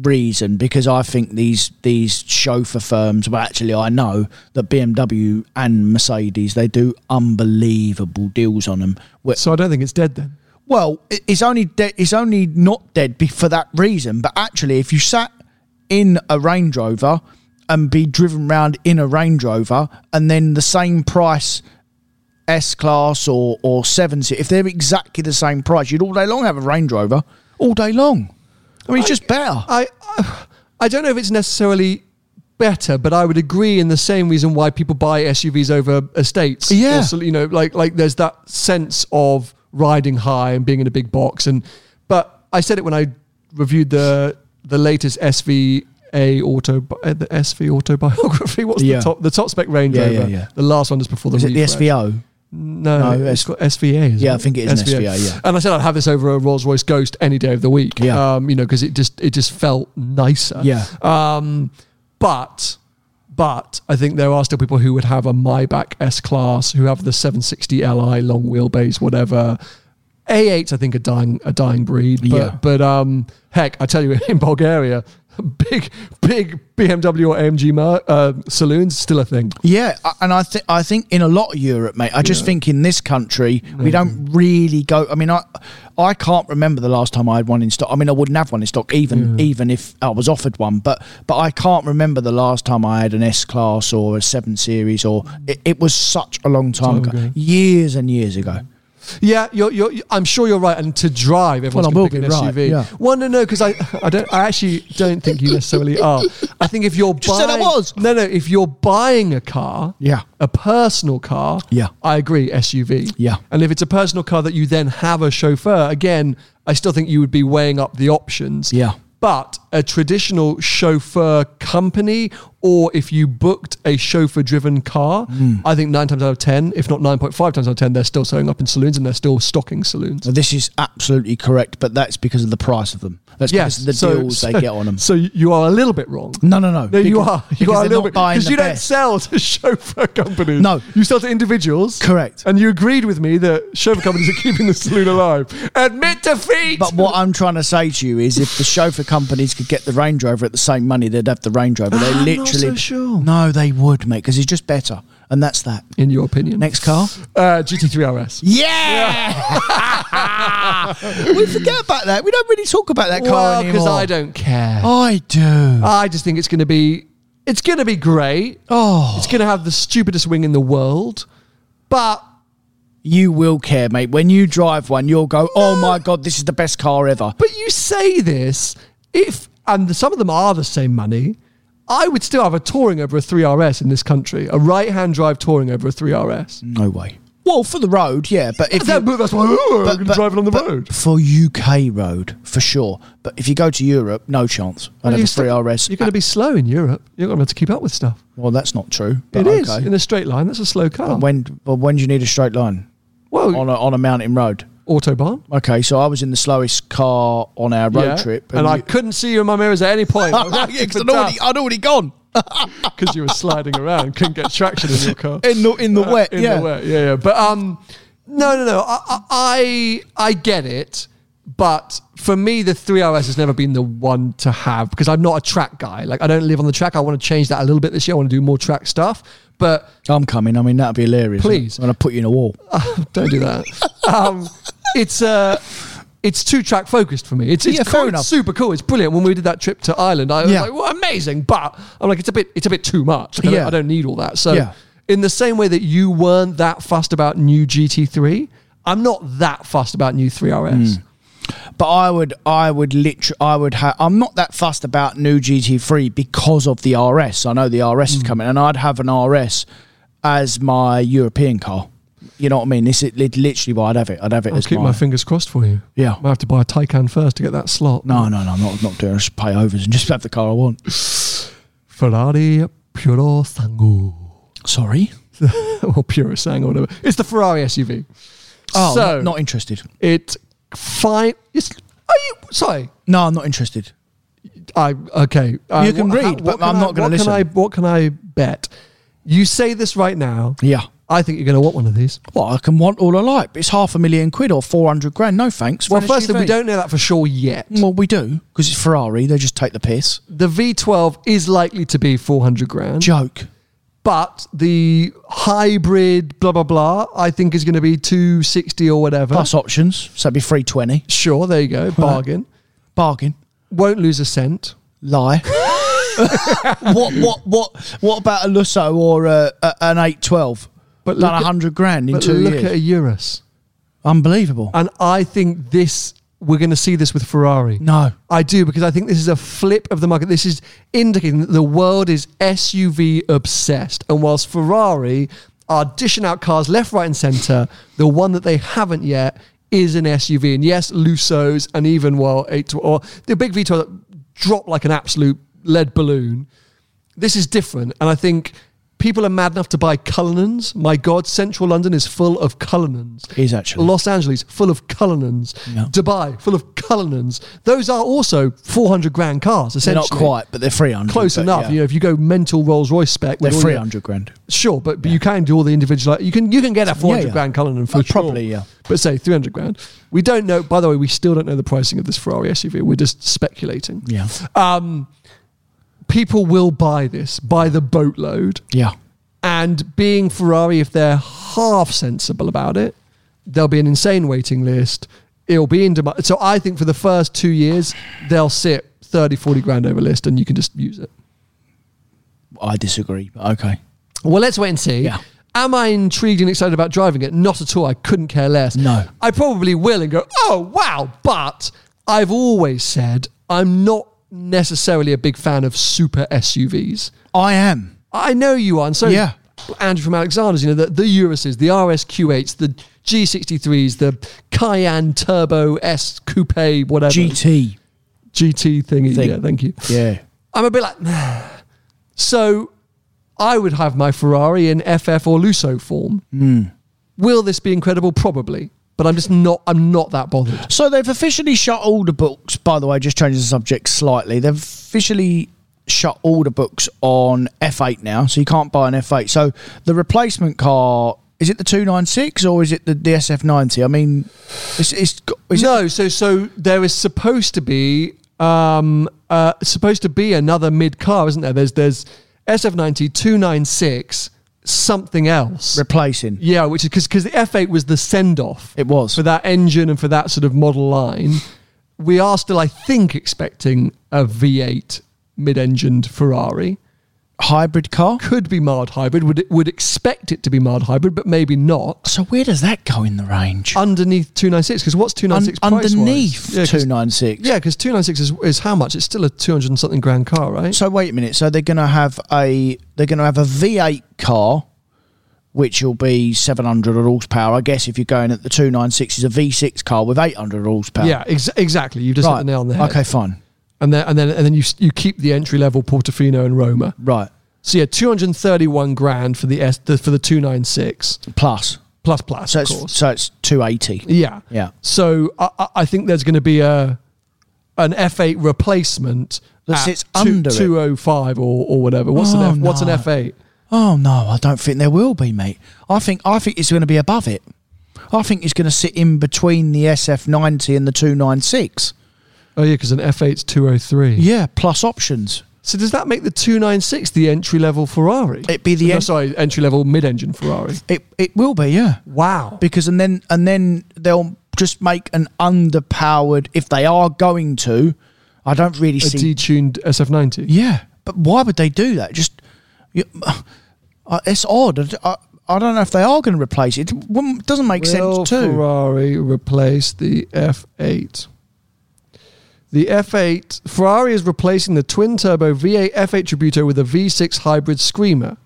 S2: reason because I think these these chauffeur firms well actually I know that BMW and Mercedes they do unbelievable deals on them Wh-
S1: so I don't think it's dead then.
S2: well, it- it's only de- it's only not dead be- for that reason. But actually, if you sat in a Range Rover and be driven round in a Range Rover, and then the same price S class or or seven, se- if they're exactly the same price, you'd all day long have a Range Rover all day long. I mean, it's just better.
S1: I I- I don't know if it's necessarily better, but I would agree in the same reason why people buy SUVs over estates.
S2: Yeah.
S1: Or so- you know, like like there's that sense of riding high and being in a big box. And but I said it when I reviewed the the latest SVA auto uh, the SV autobiography. What's
S2: Yeah.
S1: the top the top spec Range
S2: Yeah,
S1: Rover?
S2: yeah, yeah.
S1: The last one just before the
S2: Is it the
S1: refresh.
S2: SVO?
S1: No,
S2: No,
S1: it's
S2: S-
S1: got SVA. Is
S2: Yeah, I think it is an SVA, yeah.
S1: and I said I'd have this over a Rolls Royce Ghost any day of the week.
S2: Yeah.
S1: um, you know, because it just it just felt nicer.
S2: Yeah.
S1: Um, but but I think there are still people who would have a Maybach S Class, who have the 760 Li long wheelbase, whatever. A8s I think are dying a dying breed. But
S2: Yeah.
S1: but um, heck, I tell you, in Bulgaria, big big BMW or AMG mar- uh, saloons still a thing.
S2: Yeah, I- and I think I think in a lot of Europe, mate. I just think in this country
S1: Mm.
S2: we don't really go. I mean, I I can't remember the last time I had one in stock. I mean, I wouldn't have one in stock even even if I was offered one. But but I can't remember the last time I had an S class or a seven series or it, it was such a long time ago, years and years ago.
S1: Yeah, you're, you're, I'm sure you're right. And to drive, everyone's
S2: Well, I
S1: going
S2: will
S1: to pick
S2: be
S1: an
S2: right,
S1: SUV.
S2: yeah.
S1: Well, no, no, because I, I don't, I actually don't think you necessarily are. I think if you're
S2: Just
S1: buying,
S2: said I was.
S1: no, no, if you're buying a car,
S2: Yeah.
S1: a personal car,
S2: Yeah.
S1: I agree, SUV,
S2: Yeah.
S1: and if it's a personal car that you then have a chauffeur, again, I still think you would be weighing up the options,
S2: Yeah.
S1: But a traditional chauffeur company, or if you booked a chauffeur driven car,
S2: Hmm.
S1: I think nine times out of 10, if not 9.5 times out of 10, they're still showing up in saloons and they're still stocking saloons.
S2: So this is absolutely correct, but that's because of the price of them. That's because of the deals they get on them.
S1: So you are a little bit wrong.
S2: No, no, no.
S1: No, you
S2: Because-
S1: are. You
S2: because
S1: are a
S2: they're
S1: little
S2: not
S1: bit.
S2: buying
S1: Because
S2: the
S1: you don't
S2: best.
S1: sell to chauffeur companies.
S2: No.
S1: You sell to individuals.
S2: Correct.
S1: And you agreed with me that chauffeur companies are keeping the saloon alive. Admit defeat.
S2: But what I'm trying to say to you is, if the chauffeur companies could get the Range Rover at the same money, they'd have the Range Rover. They
S1: I'm
S2: literally,
S1: not so sure.
S2: no, they would, mate, because it's just better, and that's that.
S1: in your opinion.
S2: Next car,
S1: Uh, GT3 RS.
S2: yeah. we forget about that. We don't really talk about that car
S1: Well,
S2: anymore.
S1: because I don't care.
S2: I do.
S1: I just think it's going to be, it's going to be great.
S2: oh,
S1: It's going to have the stupidest wing in the world, but
S2: you will care, mate. When you drive one, you'll go, "Oh my god, this is the best car ever."
S1: But you say this if, and the- some of them are the same money. I would still have a touring over a 3RS in this country, a right-hand drive touring over a 3RS.
S2: No way. Well, for the road, yeah, but if
S1: That-
S2: you-
S1: but Mm. that's why oh, I'm driving on the
S2: but
S1: road.
S2: for UK road for sure. But if you go to Europe, no chance. I
S1: Well,
S2: have
S1: you
S2: a
S1: st-
S2: free RS.
S1: You're going to be slow in Europe. You're going to have to keep up with stuff.
S2: well, that's not true.
S1: It
S2: But
S1: is
S2: okay.
S1: in a straight line. That's a slow car.
S2: When but when do you need a straight line
S1: well,
S2: on a, on a mountain road?
S1: Autobahn.
S2: Okay, so I was in the slowest car on our road
S1: Yeah.
S2: trip,
S1: And, I couldn't see you in my mirrors at any point. I was
S2: yeah,
S1: actually
S2: 'cause I'd already, I'd already gone
S1: because you were sliding around, couldn't get traction in your car.
S2: in the in the
S1: Uh,
S2: wet.
S1: in
S2: yeah,
S1: the wet, yeah, yeah. But um, no, no, no. I, I, I I get it, but for me, the three RS has never been the one to have because I'm not a track guy. Like I don't live on the track. I want to change that a little bit this year. I want to do more track stuff, but
S2: I'm coming. I mean, that'd be hilarious.
S1: Please.
S2: when I put you in a wall.
S1: don't do that. um, it's uh, it's two track focused for me. It's, it's
S2: Yeah,
S1: cool,
S2: fair
S1: it's
S2: enough.
S1: super cool. It's brilliant. When we did that trip to Ireland, I was
S2: Yeah.
S1: like, well, amazing, but I'm like, it's a bit, it's a bit too much. Like, I, don't,
S2: Yeah.
S1: I don't need all that. So,
S2: Yeah.
S1: in the same way that you weren't that fussed about new GT3, I'm not that fussed about new
S2: Hmm.
S1: 3RS.
S2: But I would, I would literally, I would have. I'm not that fussed about new GT3 because of the RS. I know the RS
S1: Mm.
S2: is coming, and I'd have an RS as my European car. You know what I mean? This is lit- literally why I'd have it. I'd have it
S1: I'll
S2: as
S1: keep my
S2: my
S1: fingers crossed for you.
S2: Yeah.
S1: I have to buy a Taycan first to get that slot.
S2: No, no, no, I'm not, not doing it. I should pay overs and just have the car I want.
S1: Ferrari Puro Sango.
S2: Sorry.
S1: or Puro Sango, whatever. It's the Ferrari SUV.
S2: Oh,
S1: So-
S2: not, not interested.
S1: It fine. It's are you sorry?
S2: No, I'm not interested.
S1: I okay. I-
S2: You can
S1: what-
S2: read,
S1: how-
S2: but
S1: what can
S2: I'm
S1: I-
S2: not gonna
S1: what
S2: listen.
S1: Can I, what can I bet? You say this right now.
S2: Yeah.
S1: I think you're going to want one of these.
S2: Well, I can want all I like. It's half a million quid or 400 grand. No thanks. for
S1: Well,
S2: an
S1: firstly, we
S2: SUV.
S1: don't know that for sure yet.
S2: Well, we do because it's Ferrari. They just take the piss.
S1: The V12 is likely to be 400 grand,
S2: Joke.
S1: but the hybrid blah blah blah I think is going to be 260 or whatever.
S2: Plus options. So that'd be 320.
S1: Sure, there you go, bargain.
S2: Bargain.
S1: Won't lose a cent.
S2: Lie. what what what what about a Lusso or a, a, an 812?
S1: But
S2: Done
S1: look at-
S2: 100 grand in
S1: But
S2: two
S1: look
S2: years.
S1: at a Urus,
S2: Unbelievable.
S1: and I think this we're going to see this with Ferrari.
S2: no.
S1: I do because I think this is a flip of the market. This is indicating that the world is SUV obsessed. And whilst Ferrari are dishing out cars left, right, and centre, the one that they haven't yet is an SUV. And yes, Lusos and even, well, eight or the big Vito that drop like an absolute lead balloon. This is different. And I think people are mad enough to buy Cullinans. My God, central London is full of Cullinans.
S2: Is actually.
S1: Los Angeles, full of Cullinans.
S2: Yeah.
S1: Dubai, full of Cullinans. Those are also 400 grand cars,
S2: They're
S1: essentially.
S2: not quite, but they're 300.
S1: Close
S2: but
S1: enough.
S2: yeah.
S1: You know, if you go mental Rolls Royce spec, with
S2: They're
S1: all your-
S2: 300 grand.
S1: Sure, but, but you can do all the individual. You can you can get a 400
S2: yeah.
S1: grand Cullinan for
S2: Uh,
S1: sure.
S2: probably, yeah.
S1: But say 300 grand. We don't know, by the way, we still don't know the pricing of this Ferrari SUV. We're just speculating.
S2: Yeah.
S1: People will buy this by the boatload.
S2: Yeah.
S1: And being Ferrari, if they're half sensible about it, there'll be an insane waiting list. It'll be in demand. So I think for the first two years, they'll sit 30, 40 grand over list and you can just use it.
S2: I disagree, but okay.
S1: Well, let's wait and see.
S2: Yeah.
S1: Am I intrigued and excited about driving it? Not at all. I couldn't care less.
S2: No.
S1: I probably will and go, oh, wow. But I've always said I'm not necessarily a big fan of super SUVs.
S2: I am.
S1: I know you are. And so
S2: Yeah.
S1: Andrew from Alexander's, you know, the, the Uruses, the RSQ8s, the G63s, the Cayenne Turbo S Coupe, whatever.
S2: GT.
S1: GT thingy.
S2: Thing.
S1: Yeah, thank you.
S2: Yeah.
S1: I'm a bit like, so I would have my Ferrari in FF or Lusso form.
S2: Hmm.
S1: Will this be incredible? Probably. But I'm just not, I'm not that bothered.
S2: So they've officially shut all the books, by the way, just changing the subject slightly. They've officially shut all the books on F8 now, so you can't buy an F8. So the replacement car, is it the 296 or is it the, the SF90? I mean, it's, it's, got- is it,
S1: no, so so there is supposed to be um uh supposed to be another mid car, isn't there? There's there's SF90 296 something else.
S2: replacing.
S1: yeah, which is because because the F8 was the send off.
S2: It was.
S1: for that engine and for that sort of model line. We are still, I think, expecting a V8 mid-engined Ferrari.
S2: Hybrid car?
S1: Could be mild hybrid. Would would expect it to be mild hybrid, but maybe not.
S2: So where does that go in the range?
S1: Underneath 296, because what's 296
S2: Un-
S1: price-wise?
S2: underneath
S1: Yeah, 'cause-
S2: 296.
S1: yeah, because 296 is, is how much? It's still a 200 and something grand car, right?
S2: So wait a minute. So they're going to have a they're going to have a V8 car, which will be 700 horsepower. I guess if you're going at the 296 is a V6 car with 800 horsepower.
S1: yeah, ex- exactly. You've just hit the nail on the head.
S2: Okay, fine.
S1: And then, and then, and then you, s- you keep the entry level Portofino and Roma.
S2: Right.
S1: So yeah, 231 grand for the S, the, for the 296.
S2: Plus.
S1: plus plus.
S2: So
S1: of
S2: it's
S1: course.
S2: so it's two eighty.
S1: Yeah.
S2: Yeah.
S1: So I, I- I think there's going to be a an F8 replacement
S2: That
S1: at
S2: sits
S1: two-
S2: under it.
S1: 205 or, or whatever. What's
S2: Oh,
S1: an F? What's an
S2: no.
S1: F8?
S2: Oh no, I don't think there will be, mate. I think I think it's going to be above it. I think it's going to sit in between the SF ninety and the two nine six.
S1: Oh yeah, because an F8's 203.
S2: Yeah, plus options.
S1: So does that make the 296 the entry level Ferrari?
S2: It'd be the
S1: no,
S2: en-
S1: sorry entry level mid engine Ferrari.
S2: It it will be, yeah.
S1: Wow.
S2: Because and then and then they'll just make an underpowered if they are going to. I don't really
S1: a
S2: see
S1: detuned SF90.
S2: Yeah, but why would they do that? Just you- uh, it's odd. I, I don't know if they are going to replace it. It wouldn't- doesn't make
S1: Will
S2: sense too.
S1: uh, Ferrari replace the F8? The F8 Ferrari is replacing the twin turbo V8 F8 Tributo with a V6 hybrid Screamer.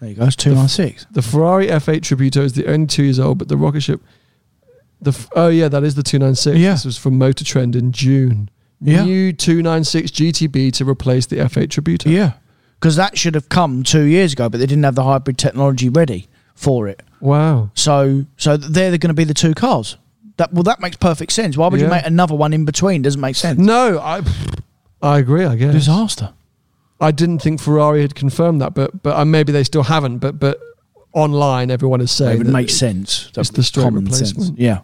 S2: There you go. It's two nine six.
S1: The Ferrari F8 Tributo is the only two years old, but the rocket ship. The f- oh yeah, that is the 296.
S2: Yeah.
S1: This was from Motor Trend in June.
S2: Yeah.
S1: New 296 GTB to replace the F8 Tributo.
S2: Yeah, because that should have come two years ago, but they didn't have the hybrid technology ready for it.
S1: Wow.
S2: So, so they're going to be the two cars. That well, that makes perfect sense. Why would
S1: Yeah.
S2: you make another one in between? Doesn't make sense.
S1: No, I I agree. I guess
S2: Disaster.
S1: I didn't think Ferrari had confirmed that, but but uh, maybe they still haven't. But but online, everyone is saying
S2: It would
S1: that-
S2: make sense. That
S1: it's the
S2: was
S1: straight
S2: common sense.
S1: replacement.
S2: Yeah.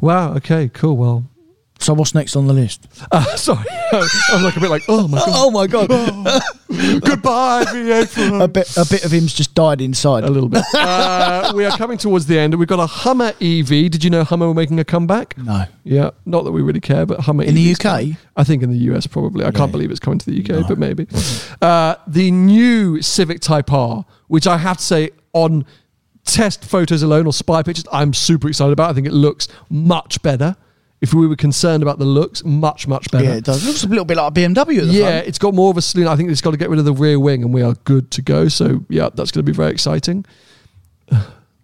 S1: Wow. Okay. Cool. Well,
S2: So what's next on the list?
S1: uh, sorry, I'm like a bit like oh my god,
S2: my god! Oh,
S1: goodbye V8 Ferrari.
S2: a bit, a bit of him's just died inside.
S1: A little bit. Uh, we are coming towards the end. We've got a Hummer EV. Did you know Hummer were making a comeback?
S2: No.
S1: Yeah, not that we really care, but Hummer
S2: In the
S1: EVs
S2: UK?
S1: coming. I think in the US probably. I can't believe it's coming to the UK, but maybe.
S2: Mm-hmm.
S1: Uh, the new Civic Type R, which I have to say on test photos alone or spy pictures, I'm super excited about. I think it looks much better. If we were concerned about the looks, much much better.
S2: Yeah, it does. looks a little bit like a BMW at the
S1: Yeah,
S2: front.
S1: it's got more of a saloon. I think it's got to get rid of the rear wing, and we are good to go. So yeah, that's going to be very exciting.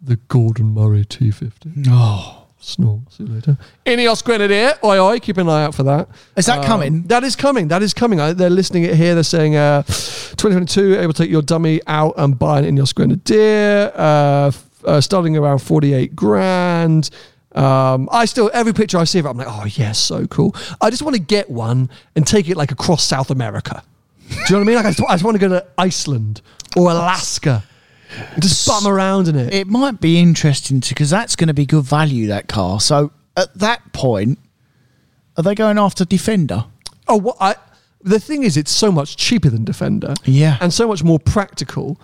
S1: The Gordon Murray T50.
S2: Oh.
S1: Snore. See you later. Ineos Grenadier. Oi oi. Keep an eye out for that.
S2: Is that
S1: Um,
S2: coming?
S1: That is coming. That is coming. I, they're listening it here. They're saying uh, 2022. Able to take your dummy out and buy an Ineos Grenadier. Uh, f- uh, starting around 48 grand. Um, I still every picture I see of it, I'm like, oh yes, so cool. I just want to get one and take it like across South America. Do you know what I mean? Like I just, I just want to go to Iceland or Alaska, and just bum around in it.
S2: It might be interesting because that's going to be good value, that car. So at that point, are they going after Defender?
S1: Oh, what I. The thing is, it's so much cheaper than Defender.
S2: Yeah.
S1: And so much more practical.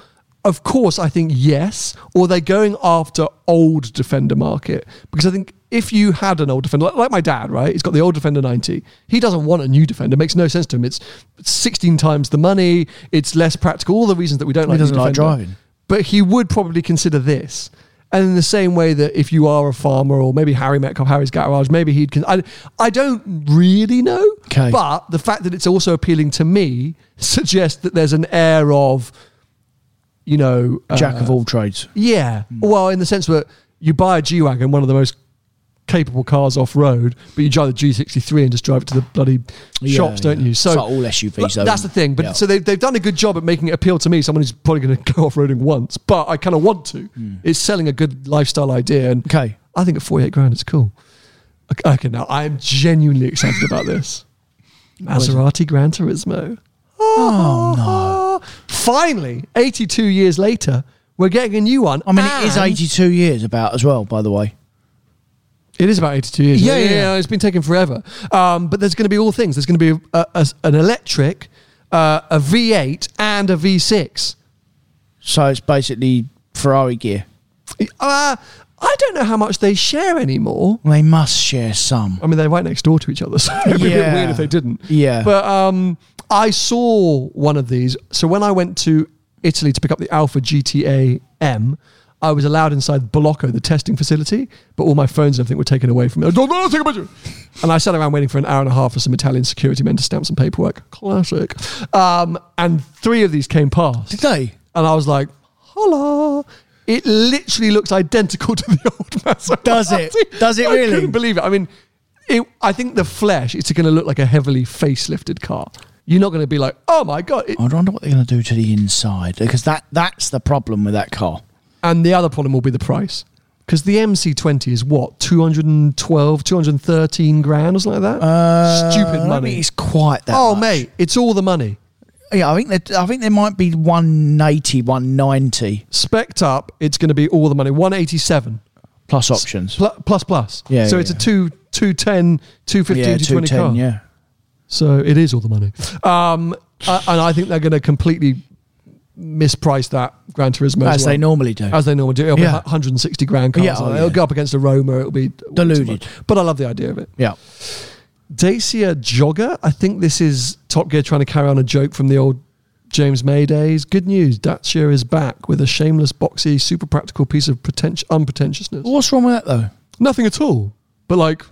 S1: Of course, I think yes, or they're going after old Defender market because I think if you had an old Defender, like, like my dad, right? He's got the old Defender 90. He doesn't want a new Defender. It makes no sense to him. It's 16 times the money. It's less practical. All the reasons that we don't
S2: He
S1: like the
S2: doesn't like
S1: Defender.
S2: driving.
S1: But he would probably consider this. And in the same way that if you are a farmer or maybe Harry Metcalf, Harry's Garage, maybe he'd. Con- I, I don't really know.
S2: Okay.
S1: But the fact that it's also appealing to me suggests that there's an air of, you know, uh,
S2: Jack of all trades.
S1: yeah.
S2: Hmm.
S1: Well, in the sense that you buy a G wagon, one of the most capable cars off road, but you drive the G63 and just drive it to the bloody
S2: Yeah,
S1: shops, don't
S2: yeah.
S1: you? So
S2: It's like all SUVs,
S1: Like,
S2: though,
S1: that's the
S2: isn't it?
S1: thing. But
S2: Yeah.
S1: so they've, they've done a good job at making it appeal to me, someone who's probably going to go off roading once, but I kind of want to. It's selling a good lifestyle idea, and
S2: Hmm. Okay.
S1: I think at 48 grand, it's cool. Okay, okay, now I am genuinely excited about this. Maserati Gran Turismo. Oh, no. Finally, 82 years later, we're getting a new one.
S2: I mean, it is
S1: and-
S2: 82 years about as well, by the way.
S1: It is about 82 years.
S2: Yeah,
S1: isn't it?
S2: yeah, yeah.
S1: It's been taking forever. Um, but there's going to be all things. There's going to be a, a, an electric, uh, a V8, and a V6.
S2: So it's basically Ferrari gear.
S1: Uh, I don't know how much they share anymore.
S2: They must share some.
S1: I mean, they're right next door to each other, so it'd be a bit
S2: Yeah.
S1: weird if they didn't.
S2: Yeah.
S1: But um, I saw one of these. So when I went to Italy to pick up the Alpha GTA M, I was allowed inside Bolocco, the testing facility, but all my phones and everything were taken away from me. I don't know, take a picture. And I sat around waiting for an hour and a half for some Italian security men to stamp some paperwork. Classic. Um, and three of these came past.
S2: Did they?
S1: And I was like, holla. It literally looks identical to the old Maserati.
S2: Does it? Does it
S1: I
S2: really?
S1: couldn't believe it. I mean, it, I think the flesh, it's going to look like a heavily facelifted car. You're not going to be like, oh my God. It-
S2: I wonder what they're going to do to the inside because that that's the problem with that car.
S1: and the other problem will be the price. Because the MC20 is what, 212, 213 grand or something like that?
S2: I
S1: Stupid
S2: don't
S1: money.
S2: think it's quite that.
S1: oh,
S2: much.
S1: mate, it's all the money.
S2: Yeah, I think that I think there might be 180, 190
S1: Spec'd up, it's going to be all the money. 187
S2: plus options.
S1: pl- plus plus.
S2: Yeah,
S1: So
S2: yeah,
S1: it's a
S2: yeah.
S1: two, 210, 215,
S2: yeah,
S1: 220 car.
S2: yeah.
S1: So it is all the money. Um, I- and I think they're going to completely misprice that Gran Turismo
S2: As
S1: as, well.
S2: they normally do.
S1: As they normally do. It'll be
S2: Yeah.
S1: 160 grand cars.
S2: Yeah, oh,
S1: It'll
S2: yeah.
S1: go up against a Roma. It'll be
S2: Deluded.
S1: But I love the idea of it.
S2: yeah.
S1: Dacia Jogger. I think this is Top Gear trying to carry on a joke from the old James May days. Good news. Dacia is back with a shameless, boxy, super practical piece of pretent- unpretentiousness.
S2: What's wrong with that though?
S1: Nothing at all. But like,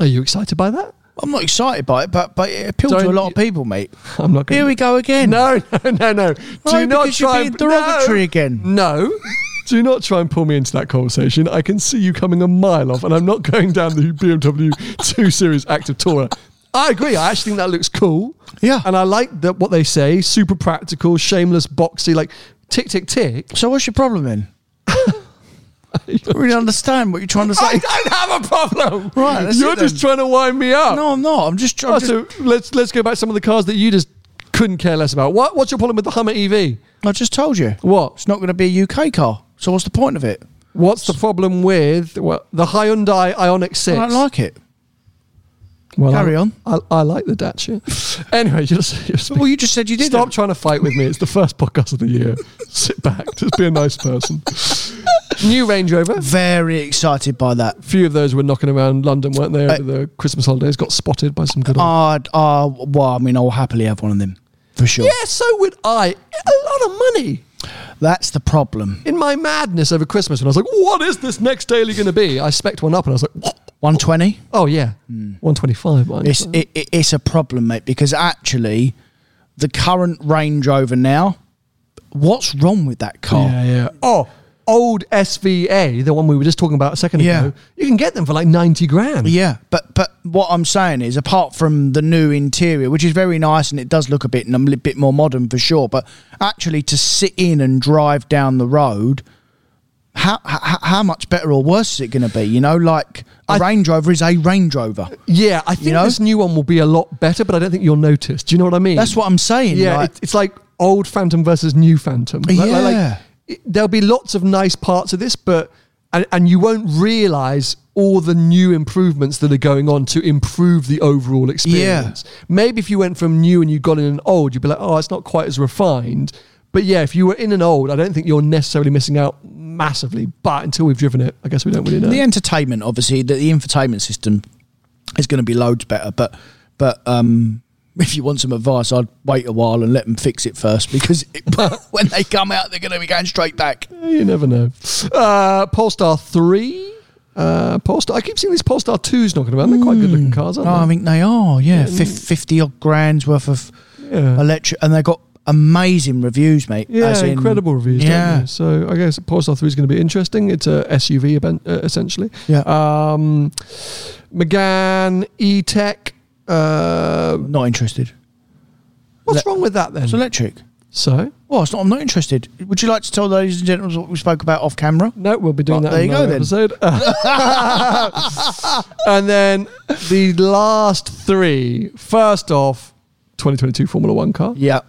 S1: are you excited by that?
S2: I'm not excited by it, but but it appealed to a
S1: Don't
S2: lot of
S1: you-
S2: people, mate.
S1: I'm not. Gonna
S2: Here we go again.
S1: No, no, no, no.
S2: Why?
S1: Do not
S2: Because you're
S1: try
S2: being
S1: and-
S2: derogatory
S1: no.
S2: again.
S1: No. Do not try and pull me into that conversation. I can see you coming a mile off, and I'm not going down the BMW 2 Series Active Tourer. I agree. I actually think that looks cool.
S2: Yeah.
S1: And I like that what they say super practical, shameless, boxy, like tick, tick, tick.
S2: So what's your problem then? I don't really understand what you're trying to
S1: I
S2: say.
S1: don't have a problem.
S2: Right, that's
S1: You're
S2: it
S1: just trying to wind me up.
S2: No, I'm not. I'm just
S1: Oh,
S2: trying. to.
S1: so let's, let's go back to some of the cars that you just couldn't care less about. What, what's your problem with the Hummer E EV?
S2: I just told you.
S1: What?
S2: It's not going to be a UK car. So what's the point of it?
S1: What's the problem with well, the Hyundai Ionic 6?
S2: I don't like it.
S1: Well,
S2: Carry
S1: I,
S2: on.
S1: I, I like the Dacia. anyway, you're, you're
S2: Well, you just said you did.
S1: Stop trying to fight with me. It's the first podcast of the year. Sit back. Just be a nice person. New Range Rover.
S2: Very excited by that.
S1: Few of those were knocking around London, weren't they?
S2: Uh,
S1: Over the Christmas holidays, got spotted by some good. old-
S2: I'd, uh, well, I mean, I'll happily have one of them for sure.
S1: yeah, so would I. A lot of money.
S2: That's the problem.
S1: In my madness over Christmas, when I was like, "What is this next daily going to be?" I specked one up, and I was like, "What?
S2: 120.
S1: "Oh yeah, one twenty-five.
S2: Hmm. It's it, it, it's a problem, mate, because actually, the current Range Rover now. What's wrong with that car?
S1: Yeah, yeah. Oh, old SVA, the one we were just talking about a second
S2: Yeah.
S1: ago. You can get them for like ninety grand.
S2: Yeah, but but what I'm saying is, apart from the new interior, which is very nice and it does look a bit a li- bit more modern for sure, but actually to sit in and drive down the road, how how, how much better or worse is it going to be? You know, like a
S1: I-
S2: Range Rover is a Range Rover.
S1: Yeah, I think
S2: know?
S1: this new one will be a lot better, but I don't think you'll notice. Do you know what I mean?
S2: That's what I'm saying.
S1: Yeah,
S2: like-
S1: it- it's like old Phantom versus new Phantom. Like- like- like,
S2: Yeah.
S1: it- there'll be lots of nice parts of this, but and, and you won't realize all the new improvements that are going on to improve the overall experience. Maybe if you went from new and you got in an old, you'd be like, oh, it's not quite as refined. But yeah, if you were in an old, I don't think you're necessarily missing out massively. But until we've driven it, I guess we don't really know.
S2: the entertainment, obviously, the, the infotainment system is going to be loads better. But but um, if you want some advice, I'd wait a while and let them fix it first because it, when they come out, they're going to be going straight back.
S1: You never know. Uh, Polestar 3. Uh, Polestar. I keep seeing these Polestar 2s knocking about. They're quite good looking cars, aren't
S2: No, Mm. Oh, I
S1: they?
S2: think they are. Yeah, Fif- fifty odd grand's worth of
S1: yeah.
S2: electric, and they got amazing reviews, mate.
S1: Yeah,
S2: as in-
S1: incredible reviews. Yeah.
S2: Yeah,
S1: Don't they? So I guess Polestar 3 is going to be interesting. It's a SUV event, uh, essentially.
S2: Yeah.
S1: Um, Megane E-Tech. Uh,
S2: not interested.
S1: what's
S2: Le-
S1: wrong with that then?
S2: It's electric.
S1: So
S2: Well, it's not. I'm not interested. Would you like to tell ladies and gentlemen what we spoke about off camera?
S1: no, we'll be doing
S2: Well,
S1: that
S2: there
S1: in
S2: you go
S1: another
S2: then.
S1: episode. and then the last three. First off, 2022 Formula One car.
S2: Yeah.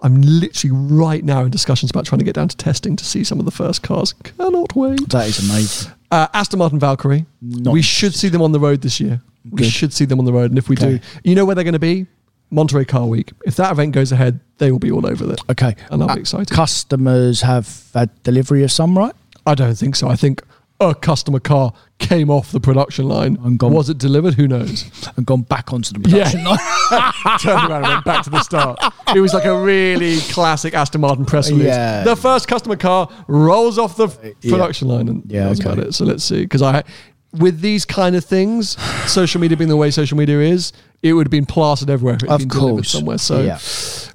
S1: I'm literally right now in discussions about trying to get down to testing to see some of the first cars. Cannot wait.
S2: That is amazing.
S1: Uh, Aston Martin Valkyrie.
S2: Not
S1: we should see them on the road this year. We
S2: Good.
S1: should see them on the road. And if we do,
S2: Okay.
S1: you know where they're going to be? Monterey Car Week. If that event goes ahead, they will be all over it.
S2: Okay.
S1: And I'll be
S2: Uh,
S1: excited.
S2: Customers have had delivery of some, right?
S1: I don't think so. I think a customer car came off the production line.
S2: And gone.
S1: Was it delivered? Who knows?
S2: And gone back onto the production
S1: Yeah.
S2: line.
S1: Turned around and went back to the start. It was like a really classic Aston Martin press release.
S2: Yeah.
S1: The first customer car rolls off the f-
S2: Yeah.
S1: production line, and
S2: Yeah,
S1: that's
S2: okay.
S1: about it. So let's see. Because I, with these kind of things, social media being the way social media is, it would have been plastered everywhere. If it had
S2: Of
S1: been delivered
S2: course.
S1: somewhere. So
S2: Yeah.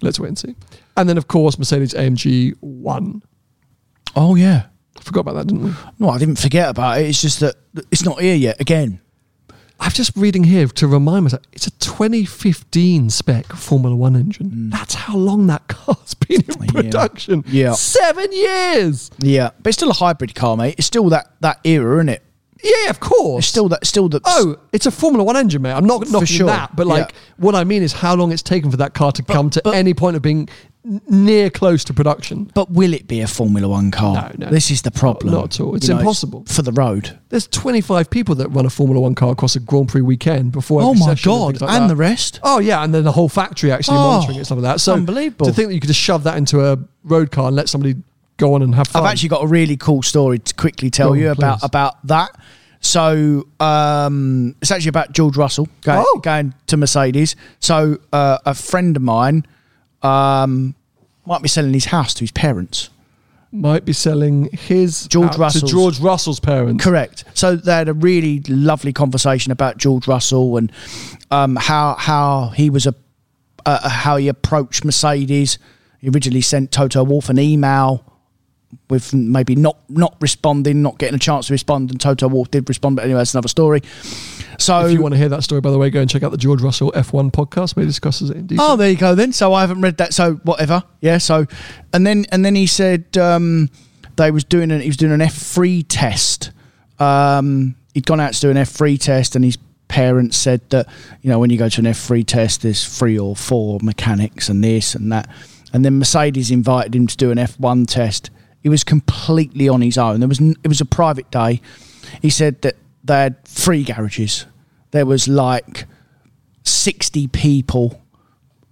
S1: let's wait and see. And then of course Mercedes AMG One.
S2: Oh yeah.
S1: Forgot about that, didn't we?
S2: No, I didn't forget about it. It's just that it's not here yet. Again.
S1: I'm just reading here to remind myself it's a 2015 spec Formula One engine.
S2: Mm.
S1: That's how long that car's been in production.
S2: Yeah.
S1: Seven years.
S2: Yeah, but it's still a hybrid car, mate. It's still that that era, isn't it?
S1: Yeah, of course.
S2: It's still that still the
S1: Oh, it's a Formula One engine, mate. I'm not knocking
S2: sure.
S1: that, but
S2: Yeah.
S1: like, what I mean is how long it's taken for that car to come to any point of being n- near close to production.
S2: But will it be a Formula One car?
S1: No, no.
S2: This is the problem.
S1: Not at all. It's impossible.
S2: for the road.
S1: There's 25 people that run a Formula One car across a Grand Prix weekend before.
S2: Oh
S1: every
S2: my
S1: session
S2: God,
S1: things like
S2: and
S1: that.
S2: the rest?
S1: Oh yeah, and then the whole factory actually
S2: Oh,
S1: monitoring it and stuff like that. So
S2: unbelievable.
S1: to think that you could just shove that into a road car and let somebody go on and have fun.
S2: I've actually got a really cool story to quickly tell
S1: Go on,
S2: you about
S1: please.
S2: about that. So um, it's actually about George Russell going,
S1: Oh.
S2: going to Mercedes. So uh, a friend of mine um, might be selling his house to his parents.
S1: might be selling his
S2: George
S1: out to
S2: Russell's.
S1: George Russell's parents.
S2: Correct. So they had a really lovely conversation about George Russell and um, how how he was a uh, how he approached Mercedes. He originally sent Toto Wolf an email with maybe not not responding, not getting a chance to respond, and Toto Wolf did respond. But anyway, that's another story. So
S1: If you want to hear that story, by the way, go and check out the George Russell F1 podcast where he discusses it in detail.
S2: Oh, there you go then. So I haven't read that. So whatever. Yeah. So, and then and then he said um, they was doing an he was doing an F three test. Um, he'd gone out to do an F three test, and his parents said that you know when you go to an F three test, there's three or four mechanics and this and that. And then Mercedes invited him to do an F one test. He was completely on his own. There was n- it was a private day. He said that they had three garages. There was like sixty people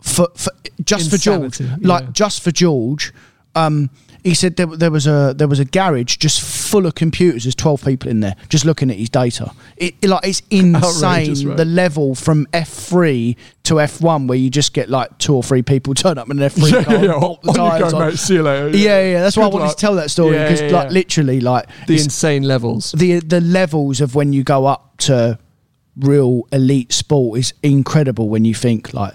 S2: for, for just for
S1: Insanity,
S2: George,
S1: yeah.
S2: like just for George. Um, he said there, there was a there was a garage just full of computers. There's twelve people in there just looking at his data. It, it, like it's
S1: Outrageous,
S2: insane
S1: right?
S2: the level from F three to F one where you just get like two or three people turn up in an F three
S1: Yeah,
S2: car.
S1: yeah, yeah.
S2: bolt the
S1: On you go,
S2: tyres on.
S1: mate. See you later.
S2: Yeah, yeah. That's why I
S1: Good
S2: wanted
S1: luck.
S2: to tell that story
S1: Yeah,
S2: because
S1: yeah,
S2: like
S1: yeah.
S2: literally like
S1: the
S2: it's-
S1: insane levels.
S2: the the levels of when you go up to real elite sport is incredible when you think like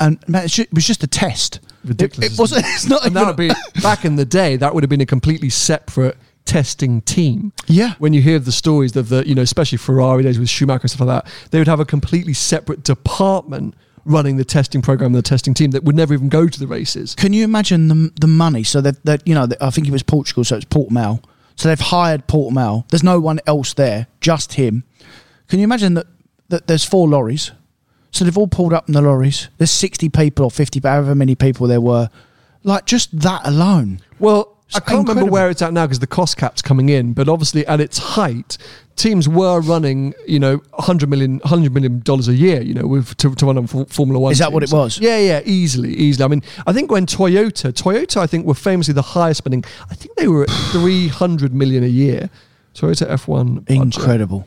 S2: and man, it's ju- it was just a test
S1: Ridiculous,
S2: it, it wasn't it's not
S1: and
S2: even
S1: that would be back in the day. That would have been a completely separate testing team.
S2: Yeah.
S1: When you hear the stories of the, you know, especially Ferrari days with Schumacher and stuff like that, they would have a completely separate department running the testing program and the testing team that would never even go to the races.
S2: can you imagine the the money so that that you know that, i think it was portugal so it's portimao so they've hired portimao there's no one else there just him can you imagine that that there's four lorries so they've all pulled up in the lorries there's 60 people or 50 however many people there were like just that alone
S1: Well, I
S2: It's
S1: can't remember
S2: incredible.
S1: where it's at now because the cost cap's coming in, but obviously at its height, teams were running, you know, 100 million, 100 million dollars a year, you know, with to, to run on F- Formula One.
S2: Is that what
S1: teams.
S2: it was?
S1: Yeah, yeah, easily, easily. I mean, I think when Toyota, Toyota, I think were famously the highest spending. I think they were at 300 million a year. Toyota F1. budget.
S2: incredible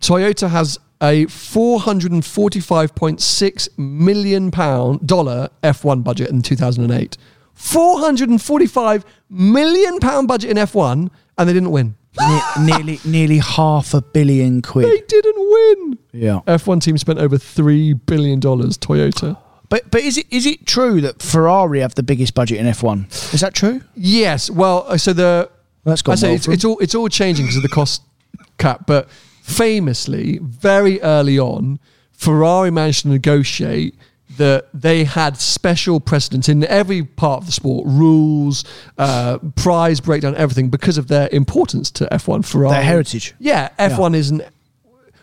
S1: Toyota has a 445.6 million pound dollar F1 budget in 2008. 445 million pound budget in F1 and they didn't win.
S2: Ne- nearly nearly half a billion
S1: They
S2: quid.
S1: didn't win.
S2: Yeah.
S1: F1 team spent over 3 billion dollars Toyota.
S2: But but is it is it true that Ferrari have the biggest budget in F1? Is that true?
S1: Yes, well, uh, so the
S2: That's
S1: I
S2: gone
S1: say
S2: well
S1: it's,
S2: for 'em.
S1: it's all it's all changing because of the cost cap. But famously, very early on, Ferrari managed to negotiate that they had special precedence in every part of the sport, rules, uh, prize breakdown, everything because of their importance to F1. Ferrari,
S2: Their heritage.
S1: Yeah, F1 is an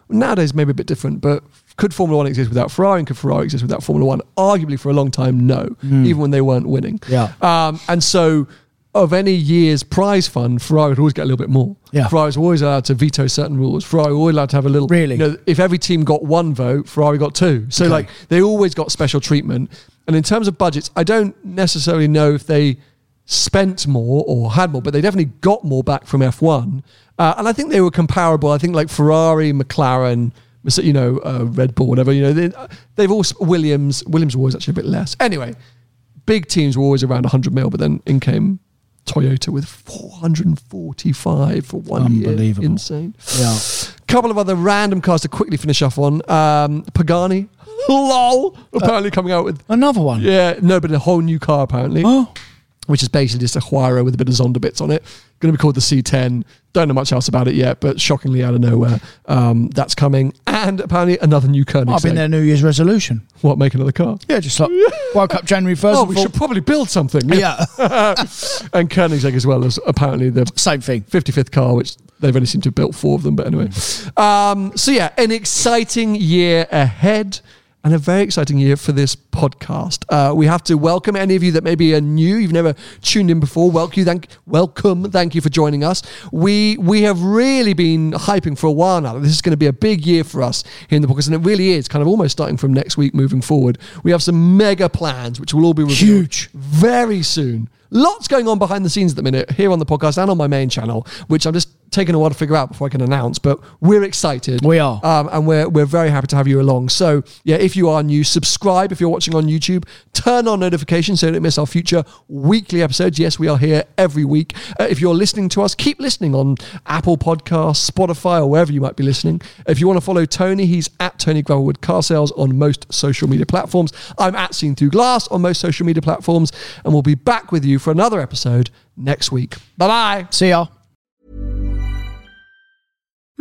S1: nowadays maybe a bit different, but could Formula One exist without Ferrari and could Ferrari exist without Formula One? Arguably for a long time, no, even when they weren't winning.
S2: Hmm. Yeah.
S1: Um, and so of any year's prize fund, Ferrari would always get a little bit more.
S2: Yeah.
S1: Ferrari's always allowed to veto certain rules. Ferrari were always allowed to have a little.
S2: Really?
S1: You know, if every team got one vote, Ferrari got two. So like they always got special treatment. And in terms of budgets, I don't necessarily know if they spent more or had more, but they definitely got more back from F1. Uh, and I think they were comparable. I think like Ferrari, McLaren, Merce- you know, uh, Red Bull, whatever. You know, they, they've all sp- Williams. Williams was actually a bit less. Anyway, big teams were always around 100 mil, but then in came Toyota with 445 for one
S2: Unbelievable.
S1: year. Insane.
S2: Yeah.
S1: Couple of other random cars to quickly finish off on. Um, Pagani, lol, apparently coming out with
S2: Another one.
S1: yeah, no, but a whole new car apparently.
S2: Oh.
S1: which is basically just a Huayra with a bit of Zonda bits on it. Going to be called the C10. Don't know much else about it yet, but shockingly out of nowhere, um, that's coming. And apparently another new Koenigsegg.
S2: Might have been their New Year's resolution.
S1: What, make another car?
S2: Yeah, just like woke up January 1st.
S1: Oh,
S2: and
S1: we
S2: thought-
S1: should probably build something.
S2: Yeah,
S1: and Koenigsegg as well as apparently the
S2: same thing.
S1: 55th car, which they've only seemed to have built four of them. But anyway, um, so yeah, an exciting year ahead. And a very exciting year for this podcast. Uh, we have to welcome any of you that maybe are new, you've never tuned in before. Welcome, you, thank, welcome, thank you for joining us. We we have really been hyping for a while now that this is going to be a big year for us here in the podcast, and it really is. Kind of almost starting from next week, moving forward, we have some mega plans which will all be revealed
S2: Huge.
S1: very soon. Lots going on behind the scenes at the minute here on the podcast and on my main channel, which I'm just taking a while to figure out before I can announce. But we're excited.
S2: We are.
S1: Um, and we're, we're very happy to have you along. So, yeah, if you are new, subscribe if you're watching on YouTube. Turn on notifications so you don't miss our future weekly episodes. Yes, we are here every week. Uh, if you're listening to us, keep listening on Apple Podcasts, Spotify, or wherever you might be listening. If you want to follow Tony, he's at Tony Gravelwood Car Sales on most social media platforms. I'm at Seen Through Glass on most social media platforms. And we'll be back with you for another episode next week. Bye bye.
S2: See ya.